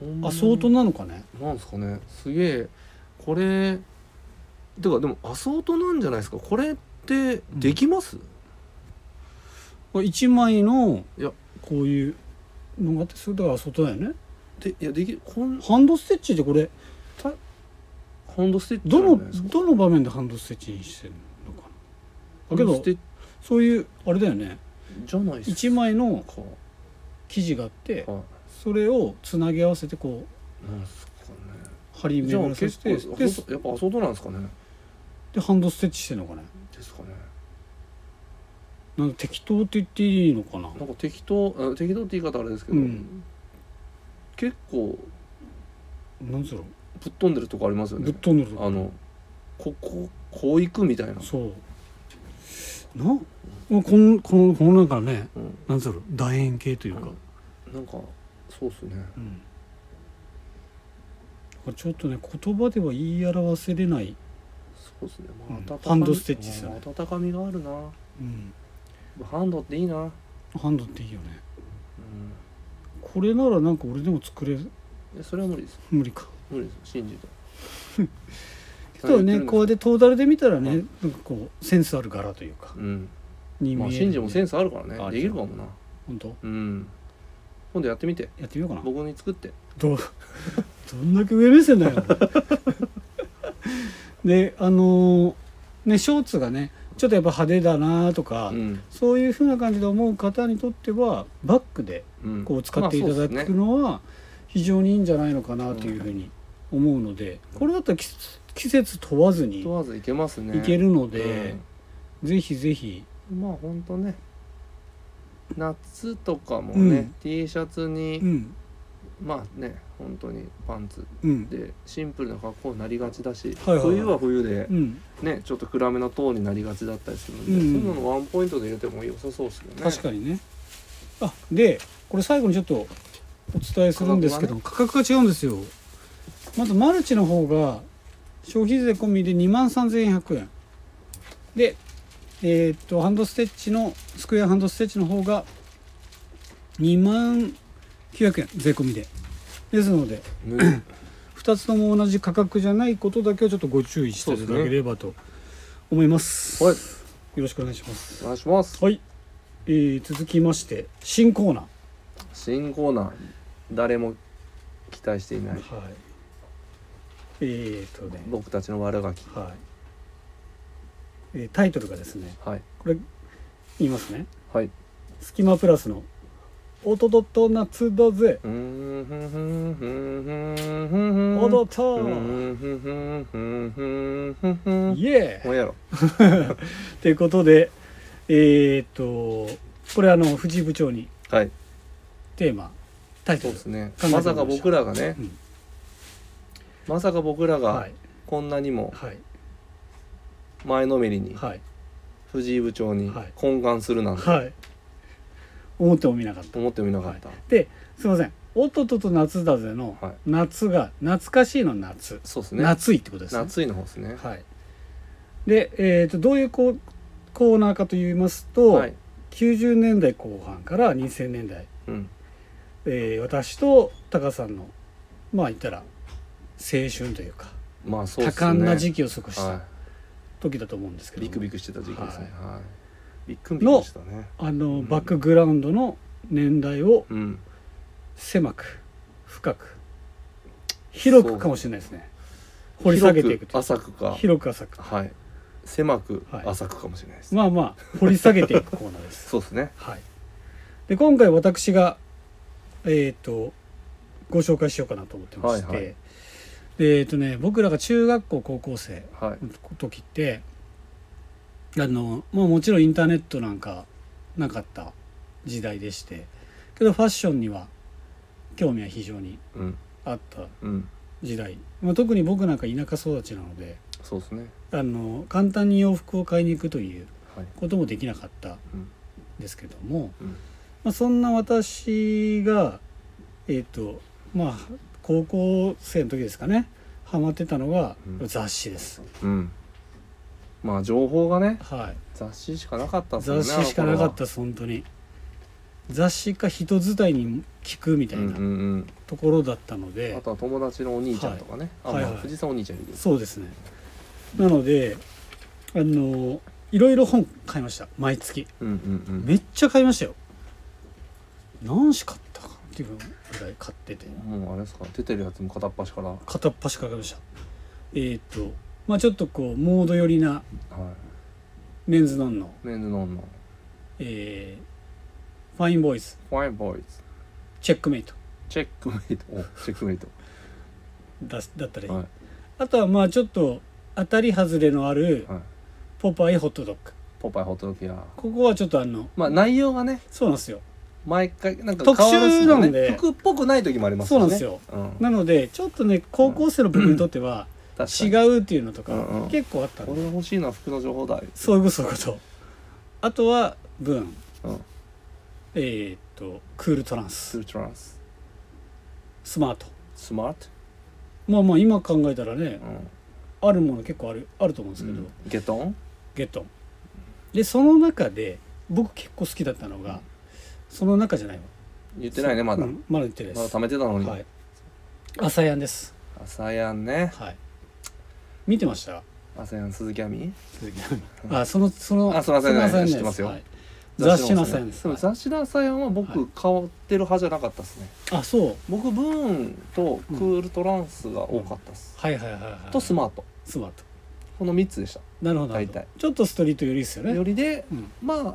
Speaker 2: ほんま
Speaker 1: ア
Speaker 2: に
Speaker 1: ソートなのかね
Speaker 2: なんですかねすげえこれてかでもアソートなんじゃないですかこれってできます、
Speaker 1: これ1枚の
Speaker 2: いや
Speaker 1: こういうのがあってそれだから外だよね
Speaker 2: でいやできこん
Speaker 1: ハンドステッチでこれ
Speaker 2: ハンドステッチ
Speaker 1: ど
Speaker 2: なん
Speaker 1: の
Speaker 2: じゃないですか
Speaker 1: どの場面でハンドステッチにしてるのかなだけ
Speaker 2: ハンドス
Speaker 1: ど
Speaker 2: テッチ
Speaker 1: そういうあれだよね
Speaker 2: じゃないです
Speaker 1: 1枚の
Speaker 2: か
Speaker 1: 生地があって
Speaker 2: は
Speaker 1: それをつなぎ合わせてこう
Speaker 2: いなんすか
Speaker 1: 張り
Speaker 2: ねじゃあ
Speaker 1: 巡らさ
Speaker 2: 結
Speaker 1: せ
Speaker 2: 構
Speaker 1: て
Speaker 2: やっ
Speaker 1: で
Speaker 2: ぱやっぱアソートなんですかね
Speaker 1: でハンドステッチしてるのかね
Speaker 2: ですかね
Speaker 1: なんか適当って言っていいのかな
Speaker 2: なんか適当あ適当って言い方あれですけど、
Speaker 1: うん
Speaker 2: 結構
Speaker 1: なんつうの
Speaker 2: ぶっ飛んでるとこありますよ
Speaker 1: ぶっ
Speaker 2: ね
Speaker 1: 飛んでるとこ
Speaker 2: あのこここう行くみたいな、
Speaker 1: そうなもうこのこのこのなんかね
Speaker 2: うん、
Speaker 1: なんつうの楕円形というか、
Speaker 2: なんかそうっすね
Speaker 1: うんちょっとね言葉では言い表せれない
Speaker 2: そうですね、ま
Speaker 1: うん
Speaker 2: あ温かみ
Speaker 1: ハンドステッチっすよね
Speaker 2: うん温かみがあるな
Speaker 1: うん、
Speaker 2: ハンドっていいな、うん
Speaker 1: ハンドっていいよねこれならなんか俺でも作れ
Speaker 2: いや、それは無理です
Speaker 1: 無理か
Speaker 2: 無理です信じて
Speaker 1: けどねこうや
Speaker 2: で
Speaker 1: ってトータルで見たらね、
Speaker 2: うん
Speaker 1: なんかこうセンスある柄というか
Speaker 2: うん
Speaker 1: に見える、
Speaker 2: まあ信じもセ
Speaker 1: ン
Speaker 2: ンスあるからね
Speaker 1: あ
Speaker 2: できるかもな
Speaker 1: 本当
Speaker 2: うん今度やってみて
Speaker 1: やってみようかな
Speaker 2: 僕に作って
Speaker 1: どうどんだけ上目線だよ であのーねショーツがねちょっとやっぱ派手だなとか、
Speaker 2: うん
Speaker 1: そういうふうな感じで思う方にとってはバッグで
Speaker 2: うん
Speaker 1: こう使っていた
Speaker 2: ま
Speaker 1: だ
Speaker 2: あそうっす
Speaker 1: く
Speaker 2: ね
Speaker 1: のは非常にいいんじゃないのかなというふうに思うのでこれだったら季節季節問わずに
Speaker 2: 問わずいけますね
Speaker 1: いけるの
Speaker 2: うん
Speaker 1: で、ぜひぜひ
Speaker 2: まあほんとね夏とかもね、
Speaker 1: うん
Speaker 2: T シャツに、
Speaker 1: うん
Speaker 2: まあね本当にパンツ
Speaker 1: うん
Speaker 2: でシンプルな格好になりがちだし、
Speaker 1: はいはいはい
Speaker 2: 冬は冬で
Speaker 1: う、ん
Speaker 2: ね、ちょっと暗めのトーンになりがちだったりするんで、
Speaker 1: うん
Speaker 2: そういうのワンポイントで入れても良さそうですよね
Speaker 1: 確かにねあでこれ最後にちょっとお伝えするんですけど価格が違うんですよまずマルチの方が消費税込みで2万3100円でえーっとハンドステッチのスクエアハンドステッチの方が2万900円税込みでですので
Speaker 2: に、ね
Speaker 1: 2つとも同じ価格じゃないことだけはちょっとご注意していただければと思います
Speaker 2: はい
Speaker 1: よろしくお願いします
Speaker 2: お願いします
Speaker 1: はい、えー続きまして新コーナ
Speaker 2: 新コーナー誰も期待していな
Speaker 1: ー
Speaker 2: い
Speaker 1: はいえー、っとね
Speaker 2: 僕たちの悪ガキ
Speaker 1: はい、えータイトルがですね
Speaker 2: はい
Speaker 1: これ言いますね
Speaker 2: はい
Speaker 1: 「スキマプラスの音と夏だぜ
Speaker 2: うーんふんふんふんふんふんふん
Speaker 1: 踊った
Speaker 2: うーんふんふんふんふんふんふん
Speaker 1: イエ
Speaker 2: もう
Speaker 1: ー!
Speaker 2: やろ」
Speaker 1: ということでえー、っとこれあの藤井部長に
Speaker 2: はい
Speaker 1: テーマタイト
Speaker 2: そう
Speaker 1: ル
Speaker 2: ですね
Speaker 1: 考えてみま
Speaker 2: ま
Speaker 1: しょう
Speaker 2: さか僕らがね
Speaker 1: うん
Speaker 2: まさか僕ら
Speaker 1: は
Speaker 2: が
Speaker 1: い
Speaker 2: こんなにも
Speaker 1: はい
Speaker 2: 前のめりに
Speaker 1: はい
Speaker 2: 藤井部長に
Speaker 1: はい
Speaker 2: 懇願するなんて
Speaker 1: はい思ってもみなかった
Speaker 2: 思ってもみなかった、
Speaker 1: ですいません「おっとっとと夏だぜ」の
Speaker 2: はい
Speaker 1: 「夏」が懐かしいの「夏」
Speaker 2: そうですね
Speaker 1: 夏いってことですね
Speaker 2: 夏いの方ですね
Speaker 1: はいで、えー、とどういうこうコーナーかと言いますと、
Speaker 2: はい、
Speaker 1: 90年代後半から2000年代、
Speaker 2: うん、
Speaker 1: えー私とタカさんのまあ言ったら青春というか
Speaker 2: まあそう
Speaker 1: 多
Speaker 2: ですね
Speaker 1: 感な時期を過ごした
Speaker 2: は
Speaker 1: 時だと思うんですけ
Speaker 2: い、
Speaker 1: ども、
Speaker 2: ビクビクしてた時期ですね、はいビックンビ
Speaker 1: の
Speaker 2: クしたね
Speaker 1: あ
Speaker 2: う
Speaker 1: の
Speaker 2: ん
Speaker 1: バックグラウンドの年代を
Speaker 2: うん
Speaker 1: 狭く深く広くかもしれないですね掘り下げていくと
Speaker 2: 広く
Speaker 1: いう
Speaker 2: 浅くか
Speaker 1: 広く浅く
Speaker 2: はい狭く
Speaker 1: はい
Speaker 2: 浅くかもしれないです、
Speaker 1: まあまあ掘り下げていくコーナーです。
Speaker 2: そうですね
Speaker 1: はい、で今回私が、えっとご紹介しようかなと思ってまして、
Speaker 2: はいはい
Speaker 1: でえっ、とね僕らが中学校高校生
Speaker 2: はい
Speaker 1: の時ってあの、まあ、もちろんインターネットなんかなかった時代でしてけどファッションには興味は非常に
Speaker 2: うん
Speaker 1: あった
Speaker 2: うん
Speaker 1: 時代、まあ、特に僕なんか田舎育ちなので
Speaker 2: そうですね
Speaker 1: あの簡単に洋服を買いに行くという
Speaker 2: はい
Speaker 1: こともできなかった
Speaker 2: うん
Speaker 1: ですけども、
Speaker 2: うん
Speaker 1: まあ、そんな私がえっ、とまあ高校生の時ですかねハマってたのが
Speaker 2: うん
Speaker 1: 雑誌です、
Speaker 2: うんまあ情報がね
Speaker 1: はい
Speaker 2: 雑誌しかなかったっすもん
Speaker 1: 雑
Speaker 2: ね
Speaker 1: 誌しかなかった
Speaker 2: み
Speaker 1: です本当に雑誌か人伝いに聞くみたい
Speaker 2: うんう
Speaker 1: なん
Speaker 2: うん
Speaker 1: ところだったので、
Speaker 2: あとは友達のお兄ちゃんとかね、
Speaker 1: はい
Speaker 2: あ、まあ
Speaker 1: はいはい
Speaker 2: 藤井さんお兄ちゃんいるけど
Speaker 1: そうですねなのであのいろいろ本買いました毎月
Speaker 2: うんうん
Speaker 1: めっちゃ買いましたよ何し買ったかっていうぐらい買ってて
Speaker 2: うんもうあれですか出てるやつも片っ端からは
Speaker 1: 片っ端から買いましたえーっとまあちょっとこうモード寄りないメンズノンの、
Speaker 2: メンズノンの
Speaker 1: えーファインボーイズ
Speaker 2: ファインボーイズ
Speaker 1: チェックメイト
Speaker 2: チェックメイトおチェックメイト
Speaker 1: だだったり、
Speaker 2: はい
Speaker 1: あとはまあちょっと当たり外れのある
Speaker 2: はい
Speaker 1: ポパイホットドッグ
Speaker 2: ポパイホットドッグや
Speaker 1: ここはちょっとあの
Speaker 2: まあ内容がね
Speaker 1: そうなんですよ
Speaker 2: 毎回なんか
Speaker 1: 特集
Speaker 2: 変わるっすも
Speaker 1: なんで
Speaker 2: ね、服っぽくない時もあります
Speaker 1: そう
Speaker 2: よね
Speaker 1: なんですよ
Speaker 2: うん、
Speaker 1: なのでちょっとね高校生の僕にとっては
Speaker 2: 確か
Speaker 1: 違
Speaker 2: に
Speaker 1: うっていうのと
Speaker 2: うん
Speaker 1: か
Speaker 2: うん
Speaker 1: 結構あったんで
Speaker 2: 俺が欲しいのは服の情報だ
Speaker 1: そういうことそういうことあとはブーン
Speaker 2: うん
Speaker 1: えーっとクールトラン
Speaker 2: ス
Speaker 1: ス
Speaker 2: ートランス
Speaker 1: スマート
Speaker 2: スマート
Speaker 1: まあまあ今考えたらね
Speaker 2: うん
Speaker 1: ああるもの結構あるあると思うんですけど、
Speaker 2: ゲトン
Speaker 1: ゲットンでその中で僕結構好きだったのがその中じゃないわ
Speaker 2: 言ってないねまだ、
Speaker 1: うんまだ言ってないで
Speaker 2: ますだ貯めてたのに、
Speaker 1: はい朝やんです
Speaker 2: 朝やんね
Speaker 1: はい見てました
Speaker 2: 朝やん鈴木亜美
Speaker 1: 鈴木奈々 あそのその
Speaker 2: あその朝やん
Speaker 1: その
Speaker 2: 知ってますよ
Speaker 1: はい雑誌の朝やん
Speaker 2: で
Speaker 1: ですす、
Speaker 2: ね
Speaker 1: はい
Speaker 2: でも雑誌の朝やんは僕、
Speaker 1: はい
Speaker 2: 変わってる派じゃなかったですね
Speaker 1: あそう
Speaker 2: 僕ブーンとクールトランスが多かったです、
Speaker 1: はいはいはいはい
Speaker 2: とスマート
Speaker 1: スマート
Speaker 2: この3つでした
Speaker 1: なるほどなるほど
Speaker 2: 大体
Speaker 1: ちょっとストリートよりですよね
Speaker 2: よりで
Speaker 1: うん
Speaker 2: まあ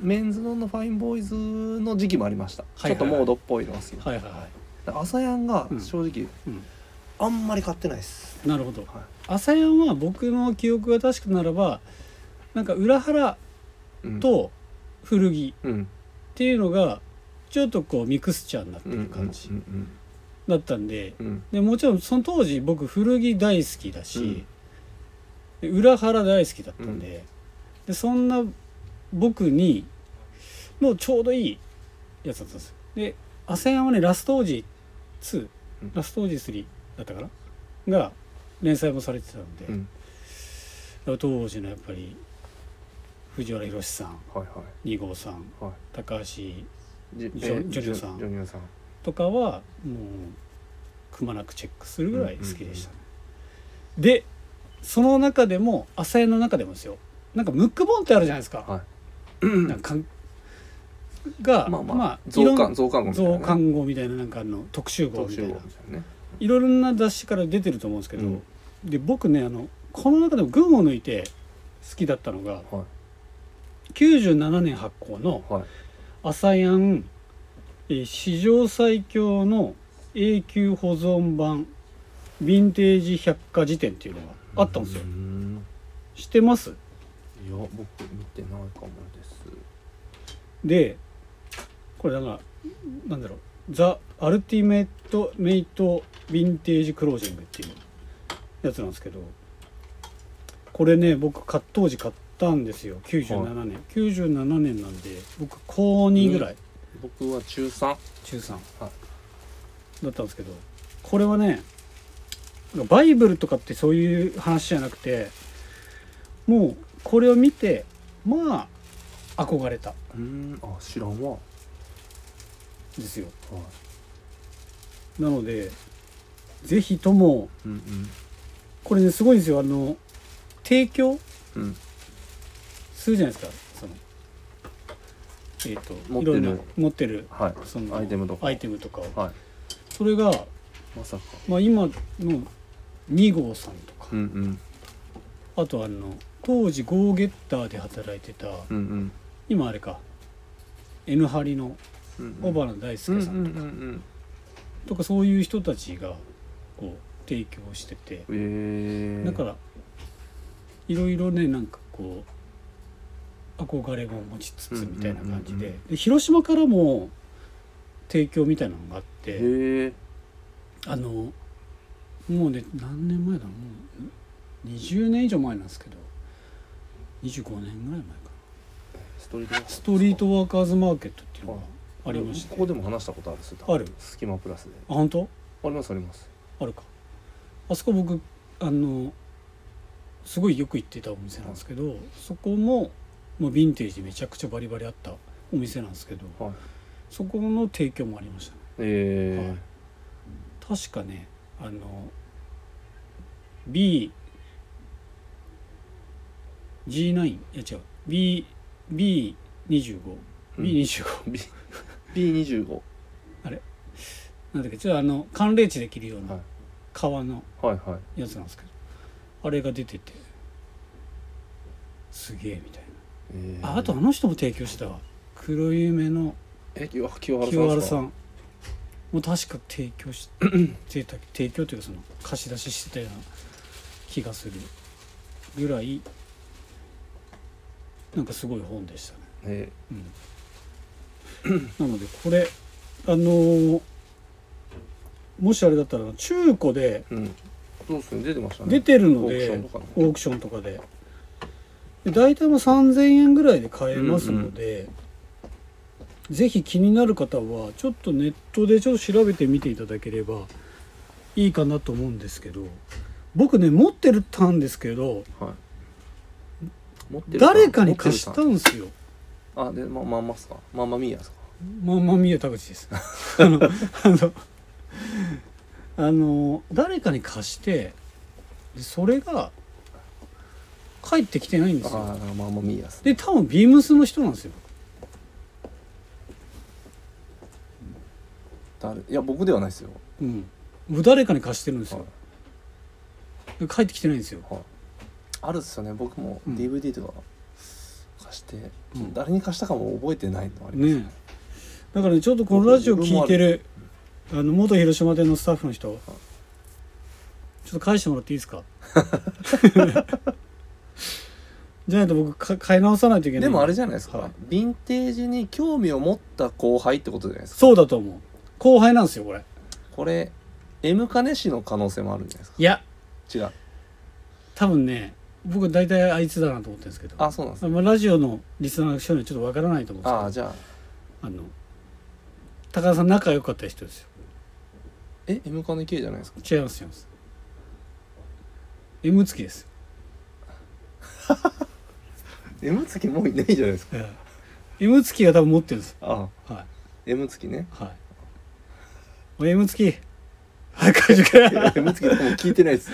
Speaker 2: メンズノンのファインボーイズの時期もありました、
Speaker 1: はいはいはい
Speaker 2: ちょっとモードっぽいのが好きで
Speaker 1: はいはいは
Speaker 2: 朝やんが正直、
Speaker 1: い、うん、
Speaker 2: あんまり買ってないです、
Speaker 1: なるほど
Speaker 2: はい
Speaker 1: 朝やんは僕の記憶が確かならばなんか裏腹
Speaker 2: うん、
Speaker 1: と古着
Speaker 2: うん
Speaker 1: っていうのがちょっとこうミクスチャーになって
Speaker 2: うんう
Speaker 1: る
Speaker 2: ん
Speaker 1: 感じ
Speaker 2: うん
Speaker 1: だったんで
Speaker 2: うん
Speaker 1: でもちろんその当時僕古着大好きだ
Speaker 2: うん
Speaker 1: し、で裏腹大好きだったんで,、でそんな僕にのちょうどいいやつだったんですよでアセアンはねラストオージー2、
Speaker 2: うん
Speaker 1: ラストオージー3だったかなが連載もされてたので、
Speaker 2: うん
Speaker 1: 当時のやっぱり藤原宏さん
Speaker 2: はいは
Speaker 1: 二号さん
Speaker 2: いはい
Speaker 1: 高橋
Speaker 2: ジ
Speaker 1: ジョジョニオさん
Speaker 2: ジョニオさん
Speaker 1: とかはもうくまなくチェックするぐらい好きでした、ねでその中でも朝絵の中でもですよなんかムック本ってあるじゃないですか,、
Speaker 2: は
Speaker 1: なんかかんが
Speaker 2: まあまあ、
Speaker 1: いろ
Speaker 2: 増
Speaker 1: ん
Speaker 2: 刊増刊号みたい
Speaker 1: 増
Speaker 2: な、
Speaker 1: 刊号みたいななんかあの特集号
Speaker 2: 増
Speaker 1: みたい
Speaker 2: 刊
Speaker 1: な
Speaker 2: 号みたいなね
Speaker 1: いろいろな雑誌から出てると思うんですけど、
Speaker 2: うん
Speaker 1: で僕ねあのこの中でも群を抜いて好きだったのが
Speaker 2: は
Speaker 1: 97年発行の「
Speaker 2: いはい
Speaker 1: アサヤン、えー史上最強の永久保存版ヴィンテージ百科事典っていうのがあったんですよ
Speaker 2: うー。ん
Speaker 1: 知ってます
Speaker 2: いや僕見てないかもです
Speaker 1: でこれだからなんだろう「ザ・アルティメット・メイト・ヴィンテージ・クロージング」っていうやつなんですけどこれね僕買っ当時買ったんですよ97年、97年なんで僕高2ぐらい、
Speaker 2: 僕は中3
Speaker 1: 中3、
Speaker 2: は
Speaker 1: だったんですけどこれはねバイブルとかってそういう話じゃなくてもうこれを見てまあ憧れたん
Speaker 2: うーんあ知らんわは
Speaker 1: ですよ
Speaker 2: い
Speaker 1: なのでぜひとも
Speaker 2: うん
Speaker 1: これねすごいんですよあの提供
Speaker 2: うんうん
Speaker 1: するじゃないですかそのえっ、と
Speaker 2: 持ってる
Speaker 1: いろんな持ってる
Speaker 2: はい
Speaker 1: その
Speaker 2: アイテムとか
Speaker 1: アイテムとかを
Speaker 2: はい
Speaker 1: それが、
Speaker 2: まさか
Speaker 1: まあ、今の2号さんとか、
Speaker 2: うんうん
Speaker 1: あとあの当時ゴーゲッターで働いてた
Speaker 2: うんうん
Speaker 1: 今あれか N ハリの
Speaker 2: うん
Speaker 1: 小原大
Speaker 2: うん
Speaker 1: 輔さ
Speaker 2: うんんうん
Speaker 1: とかそういう人たちがこう提供してて
Speaker 2: うんええ
Speaker 1: だからいろいろねなんかこう憧れも持ちつつみたいな感じ
Speaker 2: うんうんうん
Speaker 1: でで広島からも提供みたいなのがあって。
Speaker 2: へえ
Speaker 1: あのもうね何年前だもう20年以上前なんですけど25年ぐらい前か
Speaker 2: ストリートワーカ
Speaker 1: な
Speaker 2: ー
Speaker 1: ストリートワーカーズマーケットっていうのがありまし
Speaker 2: こ
Speaker 1: て
Speaker 2: こ
Speaker 1: あ
Speaker 2: でも話したことあるっすよ
Speaker 1: ある
Speaker 2: スキマプラスで
Speaker 1: 本当
Speaker 2: ありますあります
Speaker 1: あるかあそこ僕あのすごいよく行ってたお店なんですけどそこももうヴィンテージめちゃくちゃバリバリあったお店なんですけど
Speaker 2: はい
Speaker 1: そこの提供もありましたね
Speaker 2: ええ
Speaker 1: はい確かねあの BG9 いや違う B B25
Speaker 2: うん
Speaker 1: B25、
Speaker 2: B B25
Speaker 1: なんだっけちょっとあの寒冷地で着るような
Speaker 2: は
Speaker 1: い革の
Speaker 2: はいはい
Speaker 1: やつなんですけど、あれが出ててすげえみたい
Speaker 2: ええ
Speaker 1: なああとあの人も提供してたわ黒夢の
Speaker 2: え清清原さん
Speaker 1: 清原さ
Speaker 2: ん
Speaker 1: んもう確か提供し提供提供というかその貸し出ししてたような気がするぐらいなんかすごい本でしたね、
Speaker 2: え
Speaker 1: うんなのでこれあのーもしあれだったら中古で
Speaker 2: えうんそうっすね出てましたね
Speaker 1: 出てるの
Speaker 2: オークシ
Speaker 1: で
Speaker 2: ョンとかね
Speaker 1: オークションとかでで大体もう3000円ぐらいで買えますので、ぜひ気になる方はちょっとネットでちょっと調べてみていただければいいかなと思うんですけど僕ね持ってるたんですけど
Speaker 2: はい持ってる
Speaker 1: 誰かに貸したんですよ
Speaker 2: あでままんますかまんまみーやですか
Speaker 1: まあまあ見え田口です あのあのあの誰かに貸してでそれが帰ってきてないんですよ
Speaker 2: ああまんまみーやです
Speaker 1: で多分ビームスの人なんですよ
Speaker 2: 誰いや僕ではないですよ
Speaker 1: うん僕誰かに貸してるんです
Speaker 2: はい
Speaker 1: よ、で帰ってきてないんですよ
Speaker 2: あるっすよね僕も
Speaker 1: うん
Speaker 2: DVD とか貸して、
Speaker 1: うん
Speaker 2: 誰に貸したかも覚えてないのありますね
Speaker 1: ねだからねちょっとこのラジオ聞いてるあの元広島店のスタッフの人ちょっと返してもらっていいですか じゃないと僕か買い直さないといけない
Speaker 2: でもあれじゃないですか、
Speaker 1: はい
Speaker 2: ヴィンテージに興味を持った後輩ってことじゃないですか
Speaker 1: そうだと思う後輩なんですよこれ
Speaker 2: これ M 金氏の可能性もあるんじゃない
Speaker 1: いや
Speaker 2: ですか違う
Speaker 1: 多分ね僕大体あいつだなと思ってるんですけど
Speaker 2: あそうなんですね
Speaker 1: まあ、ラジオのリスナーの人にはちょっとわからないと思うんですけど
Speaker 2: ああじゃあ
Speaker 1: あの高田さん仲良かった人ですよ
Speaker 2: え M 金系じゃないですか
Speaker 1: 違います違います M 付きです
Speaker 2: M 付きもういないじゃないですか
Speaker 1: ええ M 付きが多分持ってるんです
Speaker 2: ああ
Speaker 1: はい
Speaker 2: M 付きね
Speaker 1: はいおい M 付きはい会社から
Speaker 2: M 付きもう聞いてないです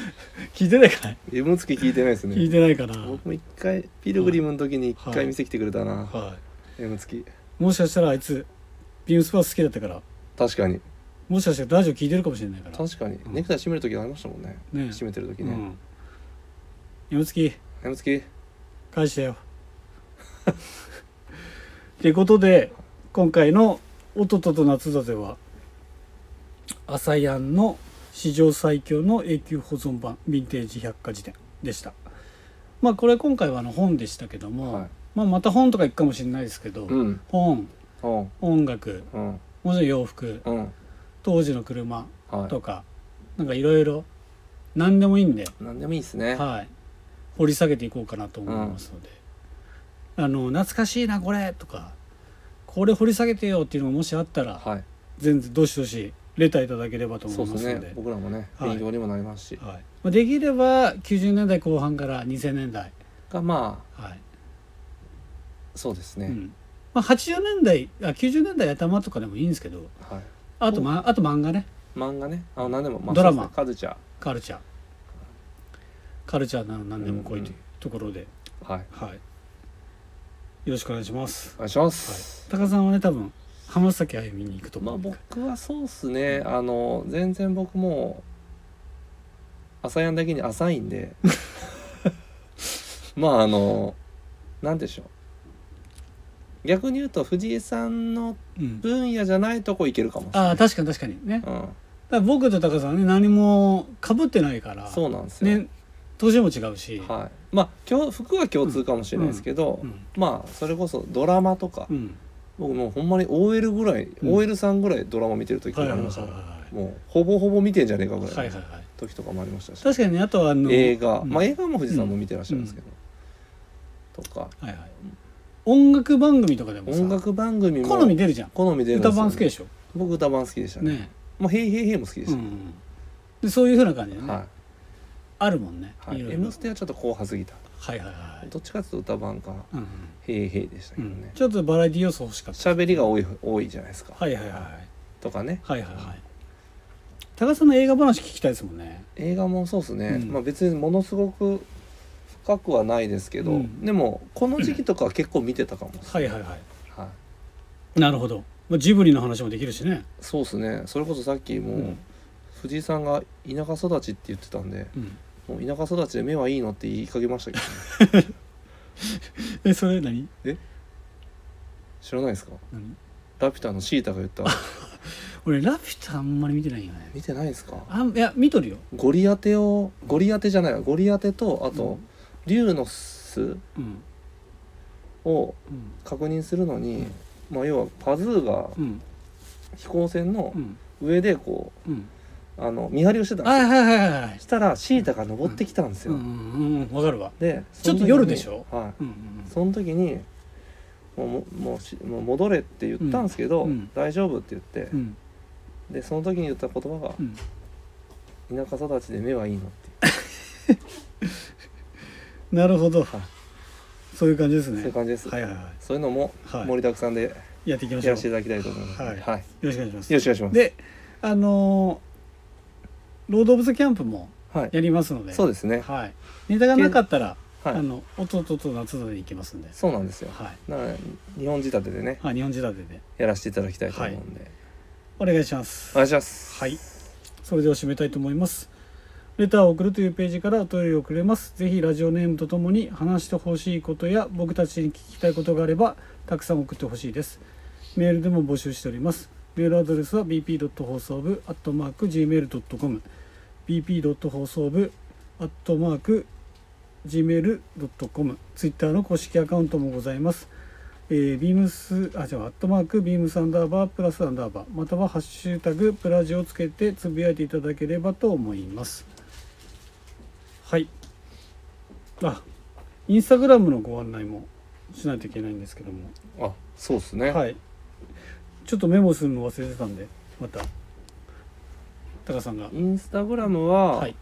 Speaker 1: 聞いてないかな
Speaker 2: M 付き聞いてないです
Speaker 1: 聞い
Speaker 2: ね
Speaker 1: てないかな
Speaker 2: 僕も一回ピルグリムの時に一
Speaker 1: はい
Speaker 2: 回店来てくれたな、
Speaker 1: は
Speaker 2: M 付き
Speaker 1: いもしかしたらあいつビームスパース好きだったから
Speaker 2: 確かに
Speaker 1: もしかしたらラジオ聞いてるかもしれないから
Speaker 2: 確かに、
Speaker 1: ん
Speaker 2: ネクタイ締める時ありましたもんね
Speaker 1: ね
Speaker 2: 締めてる時
Speaker 1: う
Speaker 2: ね、
Speaker 1: ん M 付き
Speaker 2: M 付き
Speaker 1: 返してよということで今回の「おととと夏だぜ」はアサヤンの史上最強の永久保存版ヴィンテージ百科事典でしたまあこれ今回はあの本でしたけども、
Speaker 2: はい
Speaker 1: まあ、また本とか行くかもしれないですけど、
Speaker 2: うん
Speaker 1: 本
Speaker 2: うん
Speaker 1: 音楽
Speaker 2: うん
Speaker 1: もちろん洋服
Speaker 2: うん
Speaker 1: 当時の車
Speaker 2: は
Speaker 1: とか、なんかいろいろ何でもいいんで
Speaker 2: い何でもいいですね
Speaker 1: はい、掘り下げていこうかなと思いますので、あの懐かしいなこれとかこれ掘り下げてよっていうのももしあったら、
Speaker 2: はい
Speaker 1: 全然どしどしレターいただければと思
Speaker 2: そう
Speaker 1: い
Speaker 2: で
Speaker 1: ますすので
Speaker 2: ね僕らもね
Speaker 1: はい
Speaker 2: 勉強にもなりますし、
Speaker 1: はいまあ、できれば90年代後半から2000年代、
Speaker 2: がま
Speaker 1: はい
Speaker 2: あそうですね、
Speaker 1: うんまあ、80年代あ90年代頭とかでもいいんですけど
Speaker 2: はい
Speaker 1: あと,、ま、あと漫画ね
Speaker 2: 漫画ねあ何でも、まあ、
Speaker 1: ドラマ
Speaker 2: そうですねカルチャ
Speaker 1: カルチャーカルチャーなの何でもこういう
Speaker 2: うんうん
Speaker 1: ところで、
Speaker 2: ーはい
Speaker 1: はい、よろしくお願いします。
Speaker 2: お願いしま
Speaker 1: はい
Speaker 2: す、、
Speaker 1: 高田さんはね多分浜崎あゆみに行くと
Speaker 2: ま
Speaker 1: 思
Speaker 2: あ
Speaker 1: う、
Speaker 2: 僕はそうっすねあの全然僕もう朝やんだけに浅い んでまああのなんでしょう逆に言うと藤井さんの
Speaker 1: うん、
Speaker 2: 分野じゃないとこいけるかもしれ
Speaker 1: あ
Speaker 2: な
Speaker 1: あ
Speaker 2: い、
Speaker 1: 確かに確かにねだか
Speaker 2: うん、
Speaker 1: ら僕と高田さんはね何もかぶってないから
Speaker 2: そうなんですよ、
Speaker 1: ね年も違うし、
Speaker 2: はい、まあ今日服は共通かもしれないですけど、
Speaker 1: うん
Speaker 2: まあそれこそドラマとか、
Speaker 1: うん、
Speaker 2: 僕もうほんまに OL ぐらい、
Speaker 1: うん
Speaker 2: OL さんぐらいドラマ見てる時
Speaker 1: はい
Speaker 2: も
Speaker 1: は
Speaker 2: あ
Speaker 1: いはい
Speaker 2: りましたね、
Speaker 1: は
Speaker 2: もうほぼほぼ見てんじゃねえかぐ
Speaker 1: い
Speaker 2: ら
Speaker 1: はいい
Speaker 2: の
Speaker 1: はいはい
Speaker 2: 時とかもありましたし、
Speaker 1: 確かにねあとはあの
Speaker 2: 映画、
Speaker 1: うん
Speaker 2: まあ映画も藤井さんも見てらっしゃるんですけど、とか
Speaker 1: はいはい、音楽番組とかでもさ
Speaker 2: 音楽番組も
Speaker 1: 好み出るじゃん
Speaker 2: 好みで
Speaker 1: 歌番好きで
Speaker 2: し
Speaker 1: しょ
Speaker 2: ょ僕歌番好きでしたね
Speaker 1: ね
Speaker 2: もう「へいへいへい」も好きで
Speaker 1: う
Speaker 2: し
Speaker 1: ん、でそういうふうな感じで
Speaker 2: た、
Speaker 1: ね、
Speaker 2: はい
Speaker 1: あるもんね、
Speaker 2: はいい「
Speaker 1: ろいろ
Speaker 2: M ステ」はちょっと後半すぎた
Speaker 1: はいはいはい、
Speaker 2: どっちかっていうと歌番か
Speaker 1: うん
Speaker 2: 「へいへい」でした
Speaker 1: う
Speaker 2: けど
Speaker 1: ん
Speaker 2: ね
Speaker 1: ちょっとバラエティ要素欲しかった
Speaker 2: 喋、りが多い多いじゃないですか、
Speaker 1: はいはいはい
Speaker 2: とかね
Speaker 1: はいはいはい高田さんの映画話聞きたいですもんね
Speaker 2: 映画もそうですね、
Speaker 1: うん
Speaker 2: まあ別にものすごく深くはないですけど、
Speaker 1: うん
Speaker 2: でもこの時期とかは結構見てたかも、
Speaker 1: はいはいはい
Speaker 2: はい、
Speaker 1: なるほどまあジブリの話もできるしね
Speaker 2: そうですねそれこそさっきも
Speaker 1: う
Speaker 2: うん藤井さんが田舎育ちって言ってたんで、
Speaker 1: うん
Speaker 2: もう田舎育ちで目はいいのって言いかけましたけど、ね、
Speaker 1: えそれ何
Speaker 2: 知らないですか
Speaker 1: 何
Speaker 2: ラピュタのシータが言った
Speaker 1: 俺ラピュタあんまり見てないよね
Speaker 2: 見てないですか
Speaker 1: あんいや見とるよ
Speaker 2: ゴリアテをゴリアテじゃないわゴリアテとあ
Speaker 1: う
Speaker 2: と
Speaker 1: ん
Speaker 2: 竜の巣
Speaker 1: うん
Speaker 2: を
Speaker 1: うん
Speaker 2: 確認するのに、まあ要はパズーが
Speaker 1: うん
Speaker 2: 飛行船の
Speaker 1: うん
Speaker 2: 上でこ
Speaker 1: うん
Speaker 2: うあの見張りをしてたんです
Speaker 1: は
Speaker 2: よ
Speaker 1: いはいはいはいはい
Speaker 2: したらシータが登ってきたんです
Speaker 1: う
Speaker 2: よ、
Speaker 1: んうんうんわかるわ
Speaker 2: で
Speaker 1: ちょっと夜でしょ
Speaker 2: その時に
Speaker 1: う
Speaker 2: は
Speaker 1: んうん
Speaker 2: いその時にもうもうもうしもう戻れって言ったんですけど、
Speaker 1: うんうん
Speaker 2: 大丈夫って言って
Speaker 1: う、ん
Speaker 2: でその時に言った言葉が
Speaker 1: うん
Speaker 2: 「田舎育ちで目はいいの」って
Speaker 1: なるほどそういう感じです
Speaker 2: そう
Speaker 1: ね
Speaker 2: いう感じです、
Speaker 1: はいはいはい
Speaker 2: そういうのも
Speaker 1: はい
Speaker 2: 盛りだくさんで
Speaker 1: やっていきまし
Speaker 2: や
Speaker 1: ょう
Speaker 2: らせていただきたいと思います、
Speaker 1: はい
Speaker 2: はい、よ
Speaker 1: よろしくお願いします
Speaker 2: ろしくお願いします
Speaker 1: であのーロード・オブ・ザ・キャンプも
Speaker 2: はい、
Speaker 1: やりますので
Speaker 2: そうですね
Speaker 1: はい、ネタがなかったら、
Speaker 2: は
Speaker 1: あ
Speaker 2: い
Speaker 1: の弟と夏で行きますんで、
Speaker 2: そうなんですよ
Speaker 1: はい
Speaker 2: なので日本仕立てでね
Speaker 1: はい、日本仕立てで
Speaker 2: やらせていただきたいと思うんで、
Speaker 1: お願いします
Speaker 2: お願いします
Speaker 1: はいそれでは締めたいと思いますレターを送るというページからお便りをくれますぜひラジオネームとともに話してほしいことや僕たちに聞きたいことがあればたくさん送ってほしいですメールでも募集しておりますメールアドレスは bp. 放送部 .gmail.com bp. 放送部 .gmail.com ツイッターの公式アカウントもございますえー、ビームス、あ、じゃあ、アットマーク、ビームスアンダーバー、プラスアンダーバー、またはハッシュタグ、プラジをつけてつぶやいていただければと思います。はい。あ、インスタグラムのご案内もしないといけないんですけども、
Speaker 2: あそうですね、
Speaker 1: はい。ちょっとメモするの忘れてたんで、また、タカさんが
Speaker 2: イ、ンスタグラムは、
Speaker 1: はい、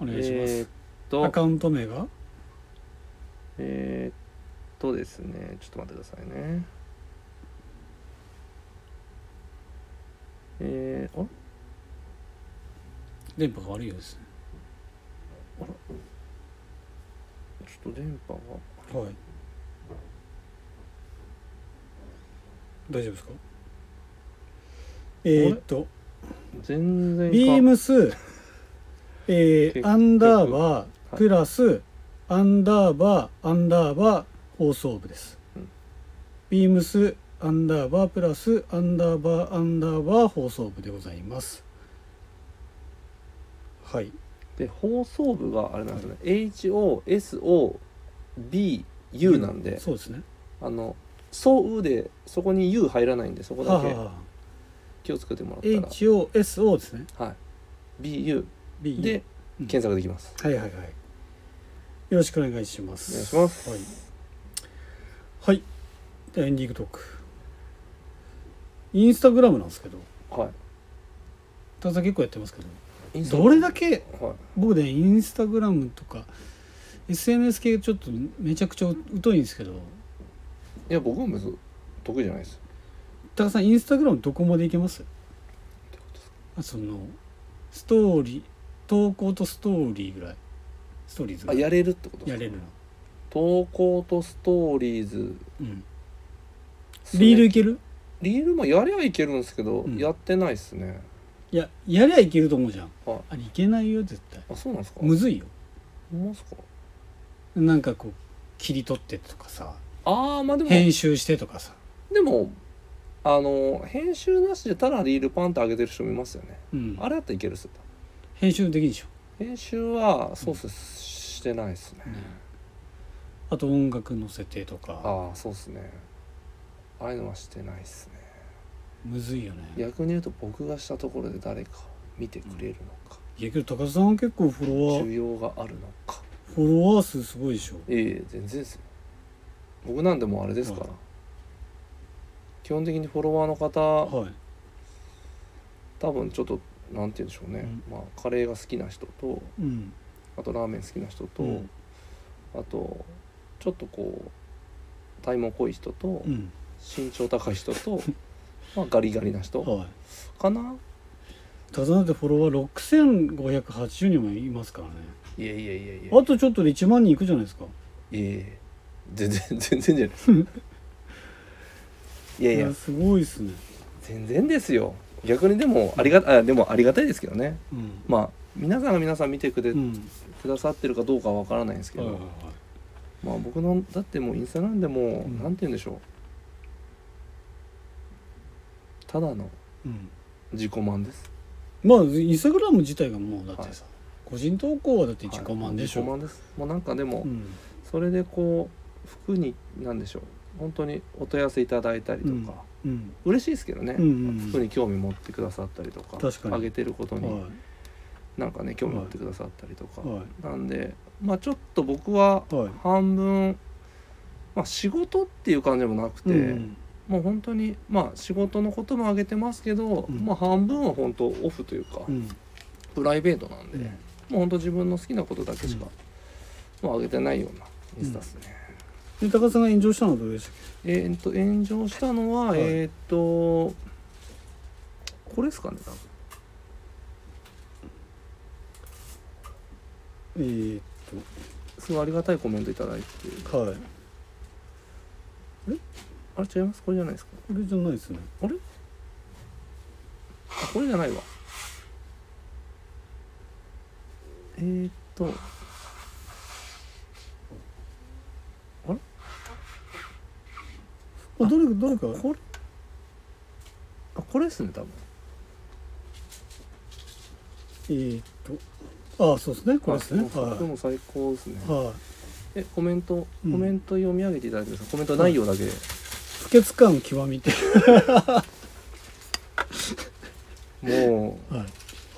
Speaker 1: お願いしま
Speaker 2: えーっ
Speaker 1: す。アカ
Speaker 2: と
Speaker 1: ウント名が、
Speaker 2: えーっとですねちょっと待ってくださいねえー、あ
Speaker 1: 電波が悪いようですね。
Speaker 2: ちょっと電波が
Speaker 1: はい。大丈夫ですか。えー、っと、
Speaker 2: 全然
Speaker 1: ビームス。え
Speaker 2: 結
Speaker 1: ー、
Speaker 2: 局
Speaker 1: アンダーバ
Speaker 2: い
Speaker 1: ー、プラス。アンダーバー、アンダーバー、放送部です。
Speaker 2: うん
Speaker 1: ビームス、アンダーバー、プラス、アンダーバー、アンダーバー、放送部でございます。はい。
Speaker 2: で放送部があれなんですよね、HOSOBU なんで、
Speaker 1: そうですね。
Speaker 2: あの「そう」でそこに「U」入らないんでそこだけ
Speaker 1: はあ
Speaker 2: 気をつけてもらったら
Speaker 1: H. O. S. O. ですね。
Speaker 2: はい、BU
Speaker 1: B.
Speaker 2: で
Speaker 1: うん
Speaker 2: 検索できます、
Speaker 1: はいはいはい。よろしくお願いします。
Speaker 2: お願いします
Speaker 1: はい。はい。ではエンディングトーク。インスタグラムなんですけど、
Speaker 2: は
Speaker 1: ただ結構やってますけど、
Speaker 2: い
Speaker 1: どれだけ
Speaker 2: はい
Speaker 1: 僕ねインスタグラムとか SNS 系ちょっとめちゃくちゃ疎いんですけど、
Speaker 2: いや僕も別に得意じゃないです
Speaker 1: 高田さんインスタグラムどこまでいけます？あそのストーリー投稿とストーリーぐらいストーリーズぐ
Speaker 2: あ
Speaker 1: らい
Speaker 2: やれるってこと
Speaker 1: やれるの。
Speaker 2: 投稿とストーリーズ
Speaker 1: うん。リールいける？
Speaker 2: リールもやりゃいけるんですけど、
Speaker 1: うん
Speaker 2: やってないっすね
Speaker 1: いややりゃいけると思うじゃん
Speaker 2: はい
Speaker 1: あれいけないよ絶対
Speaker 2: あそうなんですか
Speaker 1: むずいよ
Speaker 2: ほんまっすか
Speaker 1: なんかこう切り取ってとかさ
Speaker 2: ああまあでも
Speaker 1: 編集してとかさ
Speaker 2: でもあの編集なしでただリールパンって上げてる人もいますよね
Speaker 1: うん
Speaker 2: あれだったらいけるっす
Speaker 1: 編集できるでしょ
Speaker 2: 編集はそうっす、してないっすね
Speaker 1: あと音楽載せてとか
Speaker 2: ああそうっすねああいうのはしてないっすね
Speaker 1: むずいよねいや
Speaker 2: 逆に言うと僕がしたところで誰か見てくれるのか、
Speaker 1: けど高田さんは結構フォロワー
Speaker 2: 需要があるのか
Speaker 1: フォロワー数すごいでしょ
Speaker 2: いえいえ全然ですよ僕なんでもうあれですから、
Speaker 1: はい
Speaker 2: 基本的にフォロワーの方
Speaker 1: はい
Speaker 2: 多分ちょっとなんて言うんでしょうね、まあカレーが好きな人と
Speaker 1: うん
Speaker 2: あとラーメン好きな人と、
Speaker 1: うん
Speaker 2: あとちょっとこう体も濃い人と、
Speaker 1: うん
Speaker 2: 身長高い 人とまあガリガリな人
Speaker 1: はい
Speaker 2: かな
Speaker 1: 高田さんだってフォロワー6580人もいますからね
Speaker 2: いやいやいやいや
Speaker 1: あとちょっとで1万人いくじゃないですか
Speaker 2: いやいや全然 全然じゃないです いやい
Speaker 1: い
Speaker 2: や
Speaker 1: やすごいっすね
Speaker 2: 全然ですよ逆にでもありがあでもありがたいですけどね
Speaker 1: うん
Speaker 2: まあ皆さんが皆さん見てくれ、
Speaker 1: うん
Speaker 2: くださってるかどうかはわからないんですけ
Speaker 1: はい
Speaker 2: ど、
Speaker 1: はいはい
Speaker 2: まあ僕のだってもうインスタなんでもう、
Speaker 1: ん
Speaker 2: なんて言うんでしょうただの
Speaker 1: うん
Speaker 2: 自己満です
Speaker 1: まあインスタグラム自体がもうだってさ、
Speaker 2: はい
Speaker 1: 個人投稿はだって自己
Speaker 2: はい
Speaker 1: 満でしょ、
Speaker 2: 自己満ですもうなんかでも、
Speaker 1: うん
Speaker 2: それでこう服に何でしょう本当にお問い合わせいただいたりとか、
Speaker 1: うん
Speaker 2: 嬉しいですけどね、
Speaker 1: うんうんうん
Speaker 2: 服に興味持ってくださったりとか
Speaker 1: 確かに
Speaker 2: あげてることに、
Speaker 1: は
Speaker 2: なんかね興味持ってくださったりとか、
Speaker 1: いは
Speaker 2: なんでまあちょっと僕はい
Speaker 1: はい
Speaker 2: 半分、まあ、仕事っていう感じでもなくて、
Speaker 1: うん
Speaker 2: もう本当にまあ仕事のこともあげてますけど、
Speaker 1: うん
Speaker 2: まあ半分は本当オフというか、
Speaker 1: うん
Speaker 2: プライベートなんで、
Speaker 1: うん
Speaker 2: もうほんと自分の好きなことだけしか、もう上げてないようなインスタですね、
Speaker 1: で高田さんが炎上したのはどれでしたっ
Speaker 2: えーっと炎上したのは、
Speaker 1: はい
Speaker 2: えーっとこれですかね多分
Speaker 1: けえー、っ
Speaker 2: すごいありがたいコメントいただいて
Speaker 1: とはいこ
Speaker 2: あれ違いますこれじゃないですか
Speaker 1: れじゃないですね
Speaker 2: あれあこれじゃないわえー、っと
Speaker 1: あどれどれか
Speaker 2: これあこれですね多分
Speaker 1: えー、っとあそうですねこれですね
Speaker 2: あこれ
Speaker 1: は
Speaker 2: も最高ですね
Speaker 1: い、はい、
Speaker 2: えコメント
Speaker 1: うん
Speaker 2: コメント読み上げていただいてくださいコメント内容だけで、
Speaker 1: 不潔感極みて
Speaker 2: もう
Speaker 1: はい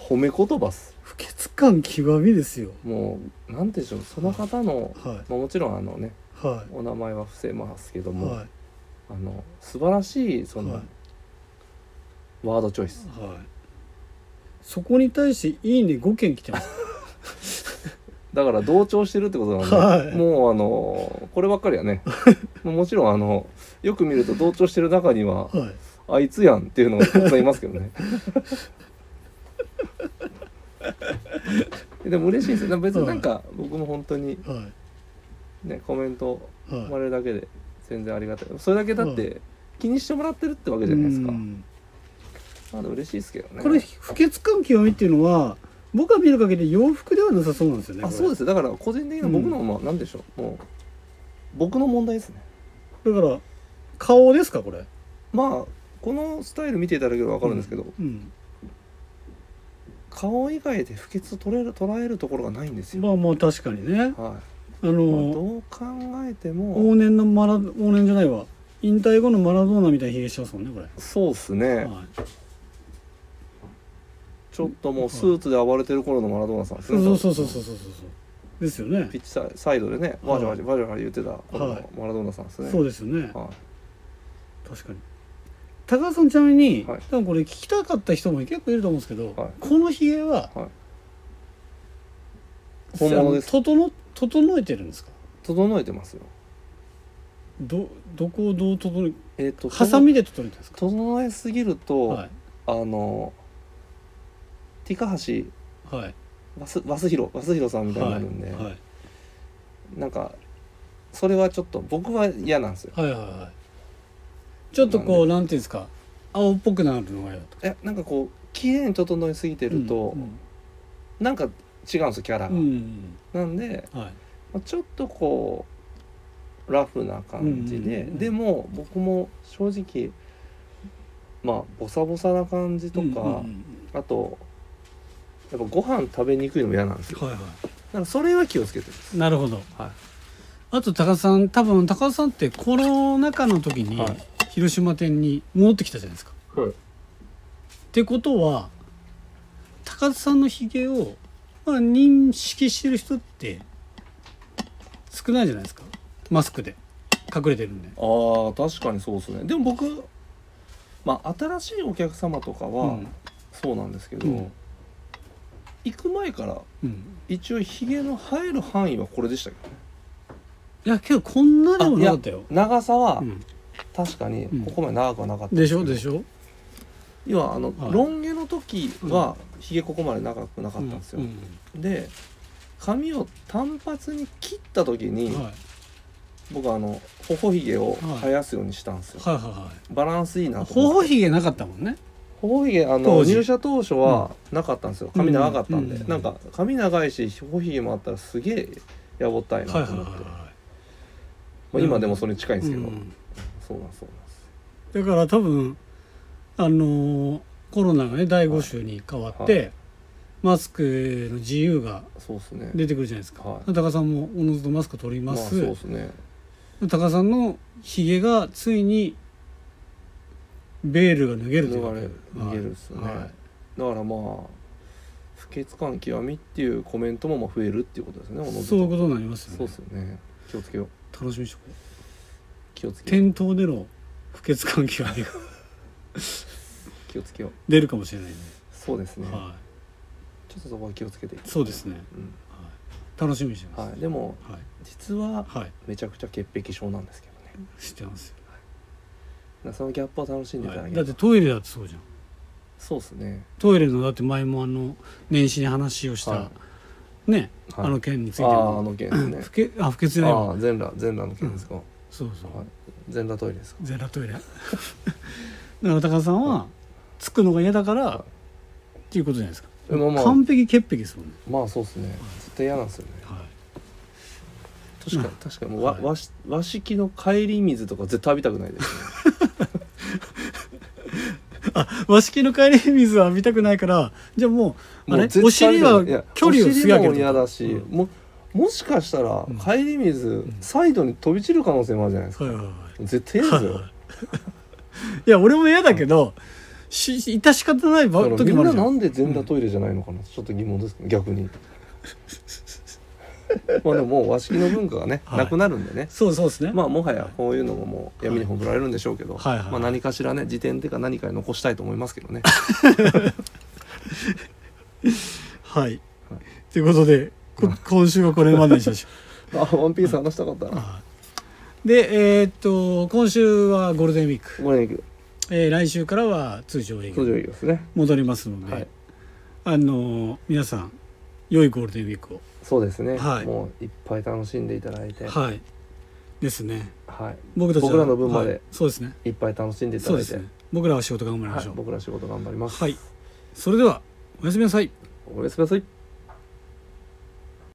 Speaker 2: 褒め言葉っす
Speaker 1: 不潔感極みですよ
Speaker 2: もうなんて言うんでしょうその方の、
Speaker 1: は
Speaker 2: まあ、もちろんあのね
Speaker 1: いは
Speaker 2: お名前は伏せますけど
Speaker 1: い
Speaker 2: も、
Speaker 1: は
Speaker 2: あの素晴らしいそ
Speaker 1: い
Speaker 2: の、
Speaker 1: はい
Speaker 2: ワードチョイス
Speaker 1: はいそこに対して「いいね」5件来てます
Speaker 2: だから同調してるってことなんで、
Speaker 1: はい
Speaker 2: もうあのこればっかり はねもうもちろんあのよく見ると同調してる中には
Speaker 1: はい
Speaker 2: あいつやんっていうのがたくさんいますけ どねでも嬉しいですよ別になんか僕も本当に
Speaker 1: は
Speaker 2: ねコメント
Speaker 1: いはい
Speaker 2: 生まれるだけで全然ありがたいそれだけだって気にしてもらってるってわけじゃないですか
Speaker 1: うん
Speaker 2: まだ嬉しいですけどね
Speaker 1: これ不潔感極みっていうのは僕が見る限り洋服ではなさそうなんですよね
Speaker 2: あそうですすよだから個人的な僕のまあ何でしょう、もう僕の問題ですね
Speaker 1: だから顔ですかこれ
Speaker 2: まあこのスタイル見ていただければ分かるんですけど、
Speaker 1: うん
Speaker 2: 顔以外で不潔と取れる捉えるところがないんですよ、
Speaker 1: まあまあ確かにね
Speaker 2: はい
Speaker 1: あ
Speaker 2: まあ
Speaker 1: の
Speaker 2: どう考えても
Speaker 1: 往年のマラ往年じゃないわ引退後のマラドーナみたいなヒゲしてますもんねこれ
Speaker 2: そうっすね、
Speaker 1: はい
Speaker 2: ちょっともうスーツで暴れてる頃のマラドーナさんです
Speaker 1: そ
Speaker 2: ね
Speaker 1: うそうそうそうそうそうそうですよね
Speaker 2: ピッチサイサイドでね
Speaker 1: はい
Speaker 2: わじゃわじゃわじゃわじゃ言ってたこの
Speaker 1: はい
Speaker 2: マラドーナさんですね、
Speaker 1: そうですよね
Speaker 2: はい
Speaker 1: 確かに高田さんちなみに、
Speaker 2: はい
Speaker 1: 多分これ聞きたかった人も結構いると思うんですけど、
Speaker 2: はい
Speaker 1: このひげは、
Speaker 2: はい本物です
Speaker 1: あの整整えてるんですか
Speaker 2: 整えてますよ
Speaker 1: どどこをどう整え
Speaker 2: えっ、と
Speaker 1: ハサミで整えてるんですか
Speaker 2: 整えすぎると、
Speaker 1: はい
Speaker 2: あのティカハシ
Speaker 1: はい
Speaker 2: ワスワスヒロワスヒロさんみたいにな
Speaker 1: は
Speaker 2: る
Speaker 1: い
Speaker 2: んで、
Speaker 1: はい
Speaker 2: なんかそれはちょっと僕は嫌なんですよ
Speaker 1: はいはいはいちょっとこうなんていうんですか青っぽくなるのが嫌だと
Speaker 2: えなんかこう綺麗に整えすぎてると、
Speaker 1: うん
Speaker 2: なんか違うんですよキャラ
Speaker 1: う
Speaker 2: が、
Speaker 1: んうん
Speaker 2: なんで、
Speaker 1: うんはい
Speaker 2: まあ、ちょっとこうラフな感じ
Speaker 1: うん
Speaker 2: で、
Speaker 1: うんうん
Speaker 2: でも僕も正直まあボサボサな感じとか、
Speaker 1: うんうん
Speaker 2: あとやっぱご飯食べにくいのも嫌なんですよ
Speaker 1: うんはいは
Speaker 2: だからそれは気をつけてるんです
Speaker 1: いなるほど
Speaker 2: はい
Speaker 1: あと高田さん多分高田さんってコロナ禍の時に
Speaker 2: はい
Speaker 1: 広島店に戻ってきたじゃないですか。
Speaker 2: はい
Speaker 1: ってことは高田さんのひげを、まあ、認識してる人って少ないじゃないですかマスクで隠れてるんで。
Speaker 2: ああ確かにそうですねでも僕まあ新しいお客様とか
Speaker 1: う
Speaker 2: は
Speaker 1: ん
Speaker 2: そうなんですけど、
Speaker 1: うん
Speaker 2: 行く前から
Speaker 1: うん、
Speaker 2: 一応ひげの生える範囲はこれでしたけどね
Speaker 1: いやけどこんなでもなかったよ。
Speaker 2: 長さは
Speaker 1: うん
Speaker 2: 確かに
Speaker 1: うん
Speaker 2: ここまで長くはなかった
Speaker 1: でしょで
Speaker 2: ょ
Speaker 1: しょ
Speaker 2: 要はあの、
Speaker 1: はい
Speaker 2: ロン毛の時はひげここまで長くなかったんですよ、
Speaker 1: う
Speaker 2: で髪を単発に切った時に、
Speaker 1: はい
Speaker 2: 僕あの頬ひげを
Speaker 1: はい
Speaker 2: 生やすようにしたんですよ、
Speaker 1: はいは
Speaker 2: バランスいい
Speaker 1: いは。
Speaker 2: ないと思
Speaker 1: 頬
Speaker 2: って
Speaker 1: ひげなかったもんね。
Speaker 2: 頬ひげあの
Speaker 1: 当時
Speaker 2: 入社当初はなかったんですよ、髪長かったんで、
Speaker 1: うんうん
Speaker 2: なんか髪長いし頬ひげもあったらすげえやぼったいな
Speaker 1: はい
Speaker 2: と思っ
Speaker 1: はい
Speaker 2: て、
Speaker 1: はい
Speaker 2: まあ、今でもそれに近いんで
Speaker 1: はい。
Speaker 2: すけど、
Speaker 1: うん
Speaker 2: そうなんそうなんです
Speaker 1: だから多分あのーコロナがね第5週に変わって、
Speaker 2: は
Speaker 1: マスクの自由が
Speaker 2: そうっすね
Speaker 1: 出てくるじゃないですか、
Speaker 2: はい
Speaker 1: 高さんもおのずとマスク取り
Speaker 2: ま
Speaker 1: ま
Speaker 2: あ
Speaker 1: す、
Speaker 2: そうっすね
Speaker 1: 高さんのひげがついにベールが脱げるという
Speaker 2: 逃
Speaker 1: か
Speaker 2: れ逃げるっすね、
Speaker 1: はい
Speaker 2: だからまあ不潔感極みっていうコメントもまあ増えるっていうことですねおのず
Speaker 1: そうい
Speaker 2: と
Speaker 1: うことになりますよ
Speaker 2: そうっ
Speaker 1: ね
Speaker 2: すよね気をつけよう
Speaker 1: 楽しみにしとこう
Speaker 2: 気をつけよう
Speaker 1: 店頭での不潔感極みが
Speaker 2: 気をつけよう
Speaker 1: 出るかもしれないんで、
Speaker 2: そうですね、
Speaker 1: は
Speaker 2: ちょっとそこは気をつけていく、
Speaker 1: そうですね、
Speaker 2: うん
Speaker 1: はい、楽しみにしてます
Speaker 2: はい、でも
Speaker 1: はい、
Speaker 2: 実は
Speaker 1: はい、
Speaker 2: めちゃくちゃ潔癖症なんですけどねだか
Speaker 1: 知ってます
Speaker 2: らそのギャップを楽しんでい
Speaker 1: よ、
Speaker 2: ただ
Speaker 1: は
Speaker 2: け
Speaker 1: い、だ
Speaker 2: れば、
Speaker 1: ってトイレだってそうじゃん
Speaker 2: そうですね
Speaker 1: トイレのだって前もあの年始に話をした、
Speaker 2: は
Speaker 1: ね、
Speaker 2: はい
Speaker 1: あの件について
Speaker 2: あああ
Speaker 1: も
Speaker 2: の件で すね
Speaker 1: 不潔あ不潔じゃない
Speaker 2: あ
Speaker 1: わ
Speaker 2: あ全裸全裸の件ですか、
Speaker 1: そうそう、
Speaker 2: はい全裸トイレですか
Speaker 1: ゼラトイ レだから高田さんはつくのが嫌だから、
Speaker 2: はい
Speaker 1: っていうことじゃないですか、
Speaker 2: でもまあ
Speaker 1: 完璧潔癖ですもんね、
Speaker 2: まあそうですね絶対嫌なんですよね
Speaker 1: はい、
Speaker 2: 確かに確かにもう和,、
Speaker 1: はい
Speaker 2: 和し和式の帰り水とか絶対浴びたくないですね
Speaker 1: 和式の帰り水は浴びたくないからじゃあもうあ
Speaker 2: もう
Speaker 1: れ
Speaker 2: 絶対
Speaker 1: お尻
Speaker 2: 浴びたくないい
Speaker 1: は
Speaker 2: や
Speaker 1: 距離をすやけど
Speaker 2: お尻も嫌だし、
Speaker 1: うん
Speaker 2: ももしかしたら
Speaker 1: うん
Speaker 2: 帰り水、サイドに飛び散る可能性もあるじゃないですか、
Speaker 1: はいはいはい
Speaker 2: 絶対嫌ですよ、
Speaker 1: はいはいいや俺も嫌だけど、しし致し方ないば
Speaker 2: だから
Speaker 1: 時
Speaker 2: み
Speaker 1: も
Speaker 2: ん
Speaker 1: あるじ
Speaker 2: な
Speaker 1: ゃ
Speaker 2: なんんで全裸トイレじゃないのかな、ちょっと疑問ですけど逆 にまあでももう和式の文化がね、
Speaker 1: はい
Speaker 2: なくなるんでね
Speaker 1: そうそうですね、
Speaker 2: まあもはやこういうのももう闇に葬られるんでしょうけど、
Speaker 1: はいはいはい
Speaker 2: まあ、何かしらね辞典っていうか何かに残したいと思いますけど ね
Speaker 1: はいということでこ今週はこれまでにしましょう
Speaker 2: あワンピース話したかったな
Speaker 1: はいでえーっと今週はゴールデンウィーク、
Speaker 2: ゴールデンウィーク
Speaker 1: えー来週からは通常営
Speaker 2: 登
Speaker 1: 業
Speaker 2: 場ですね
Speaker 1: 戻りますので、
Speaker 2: はい
Speaker 1: あのー皆さん良いゴールデンウィークを
Speaker 2: そうですね、
Speaker 1: はい
Speaker 2: もういっぱい楽しんでいただいて、は
Speaker 1: はいですね
Speaker 2: い、
Speaker 1: 僕たちは
Speaker 2: 僕らの分まで
Speaker 1: はいそうですね
Speaker 2: いっぱい楽しんでいた
Speaker 1: そう
Speaker 2: だ
Speaker 1: で
Speaker 2: いて、
Speaker 1: すね僕らは仕事頑張りま
Speaker 2: は
Speaker 1: し
Speaker 2: い
Speaker 1: ょ、う
Speaker 2: 僕ら仕事頑張ります、
Speaker 1: はい、それではおやすみなさい
Speaker 2: おやすみなさい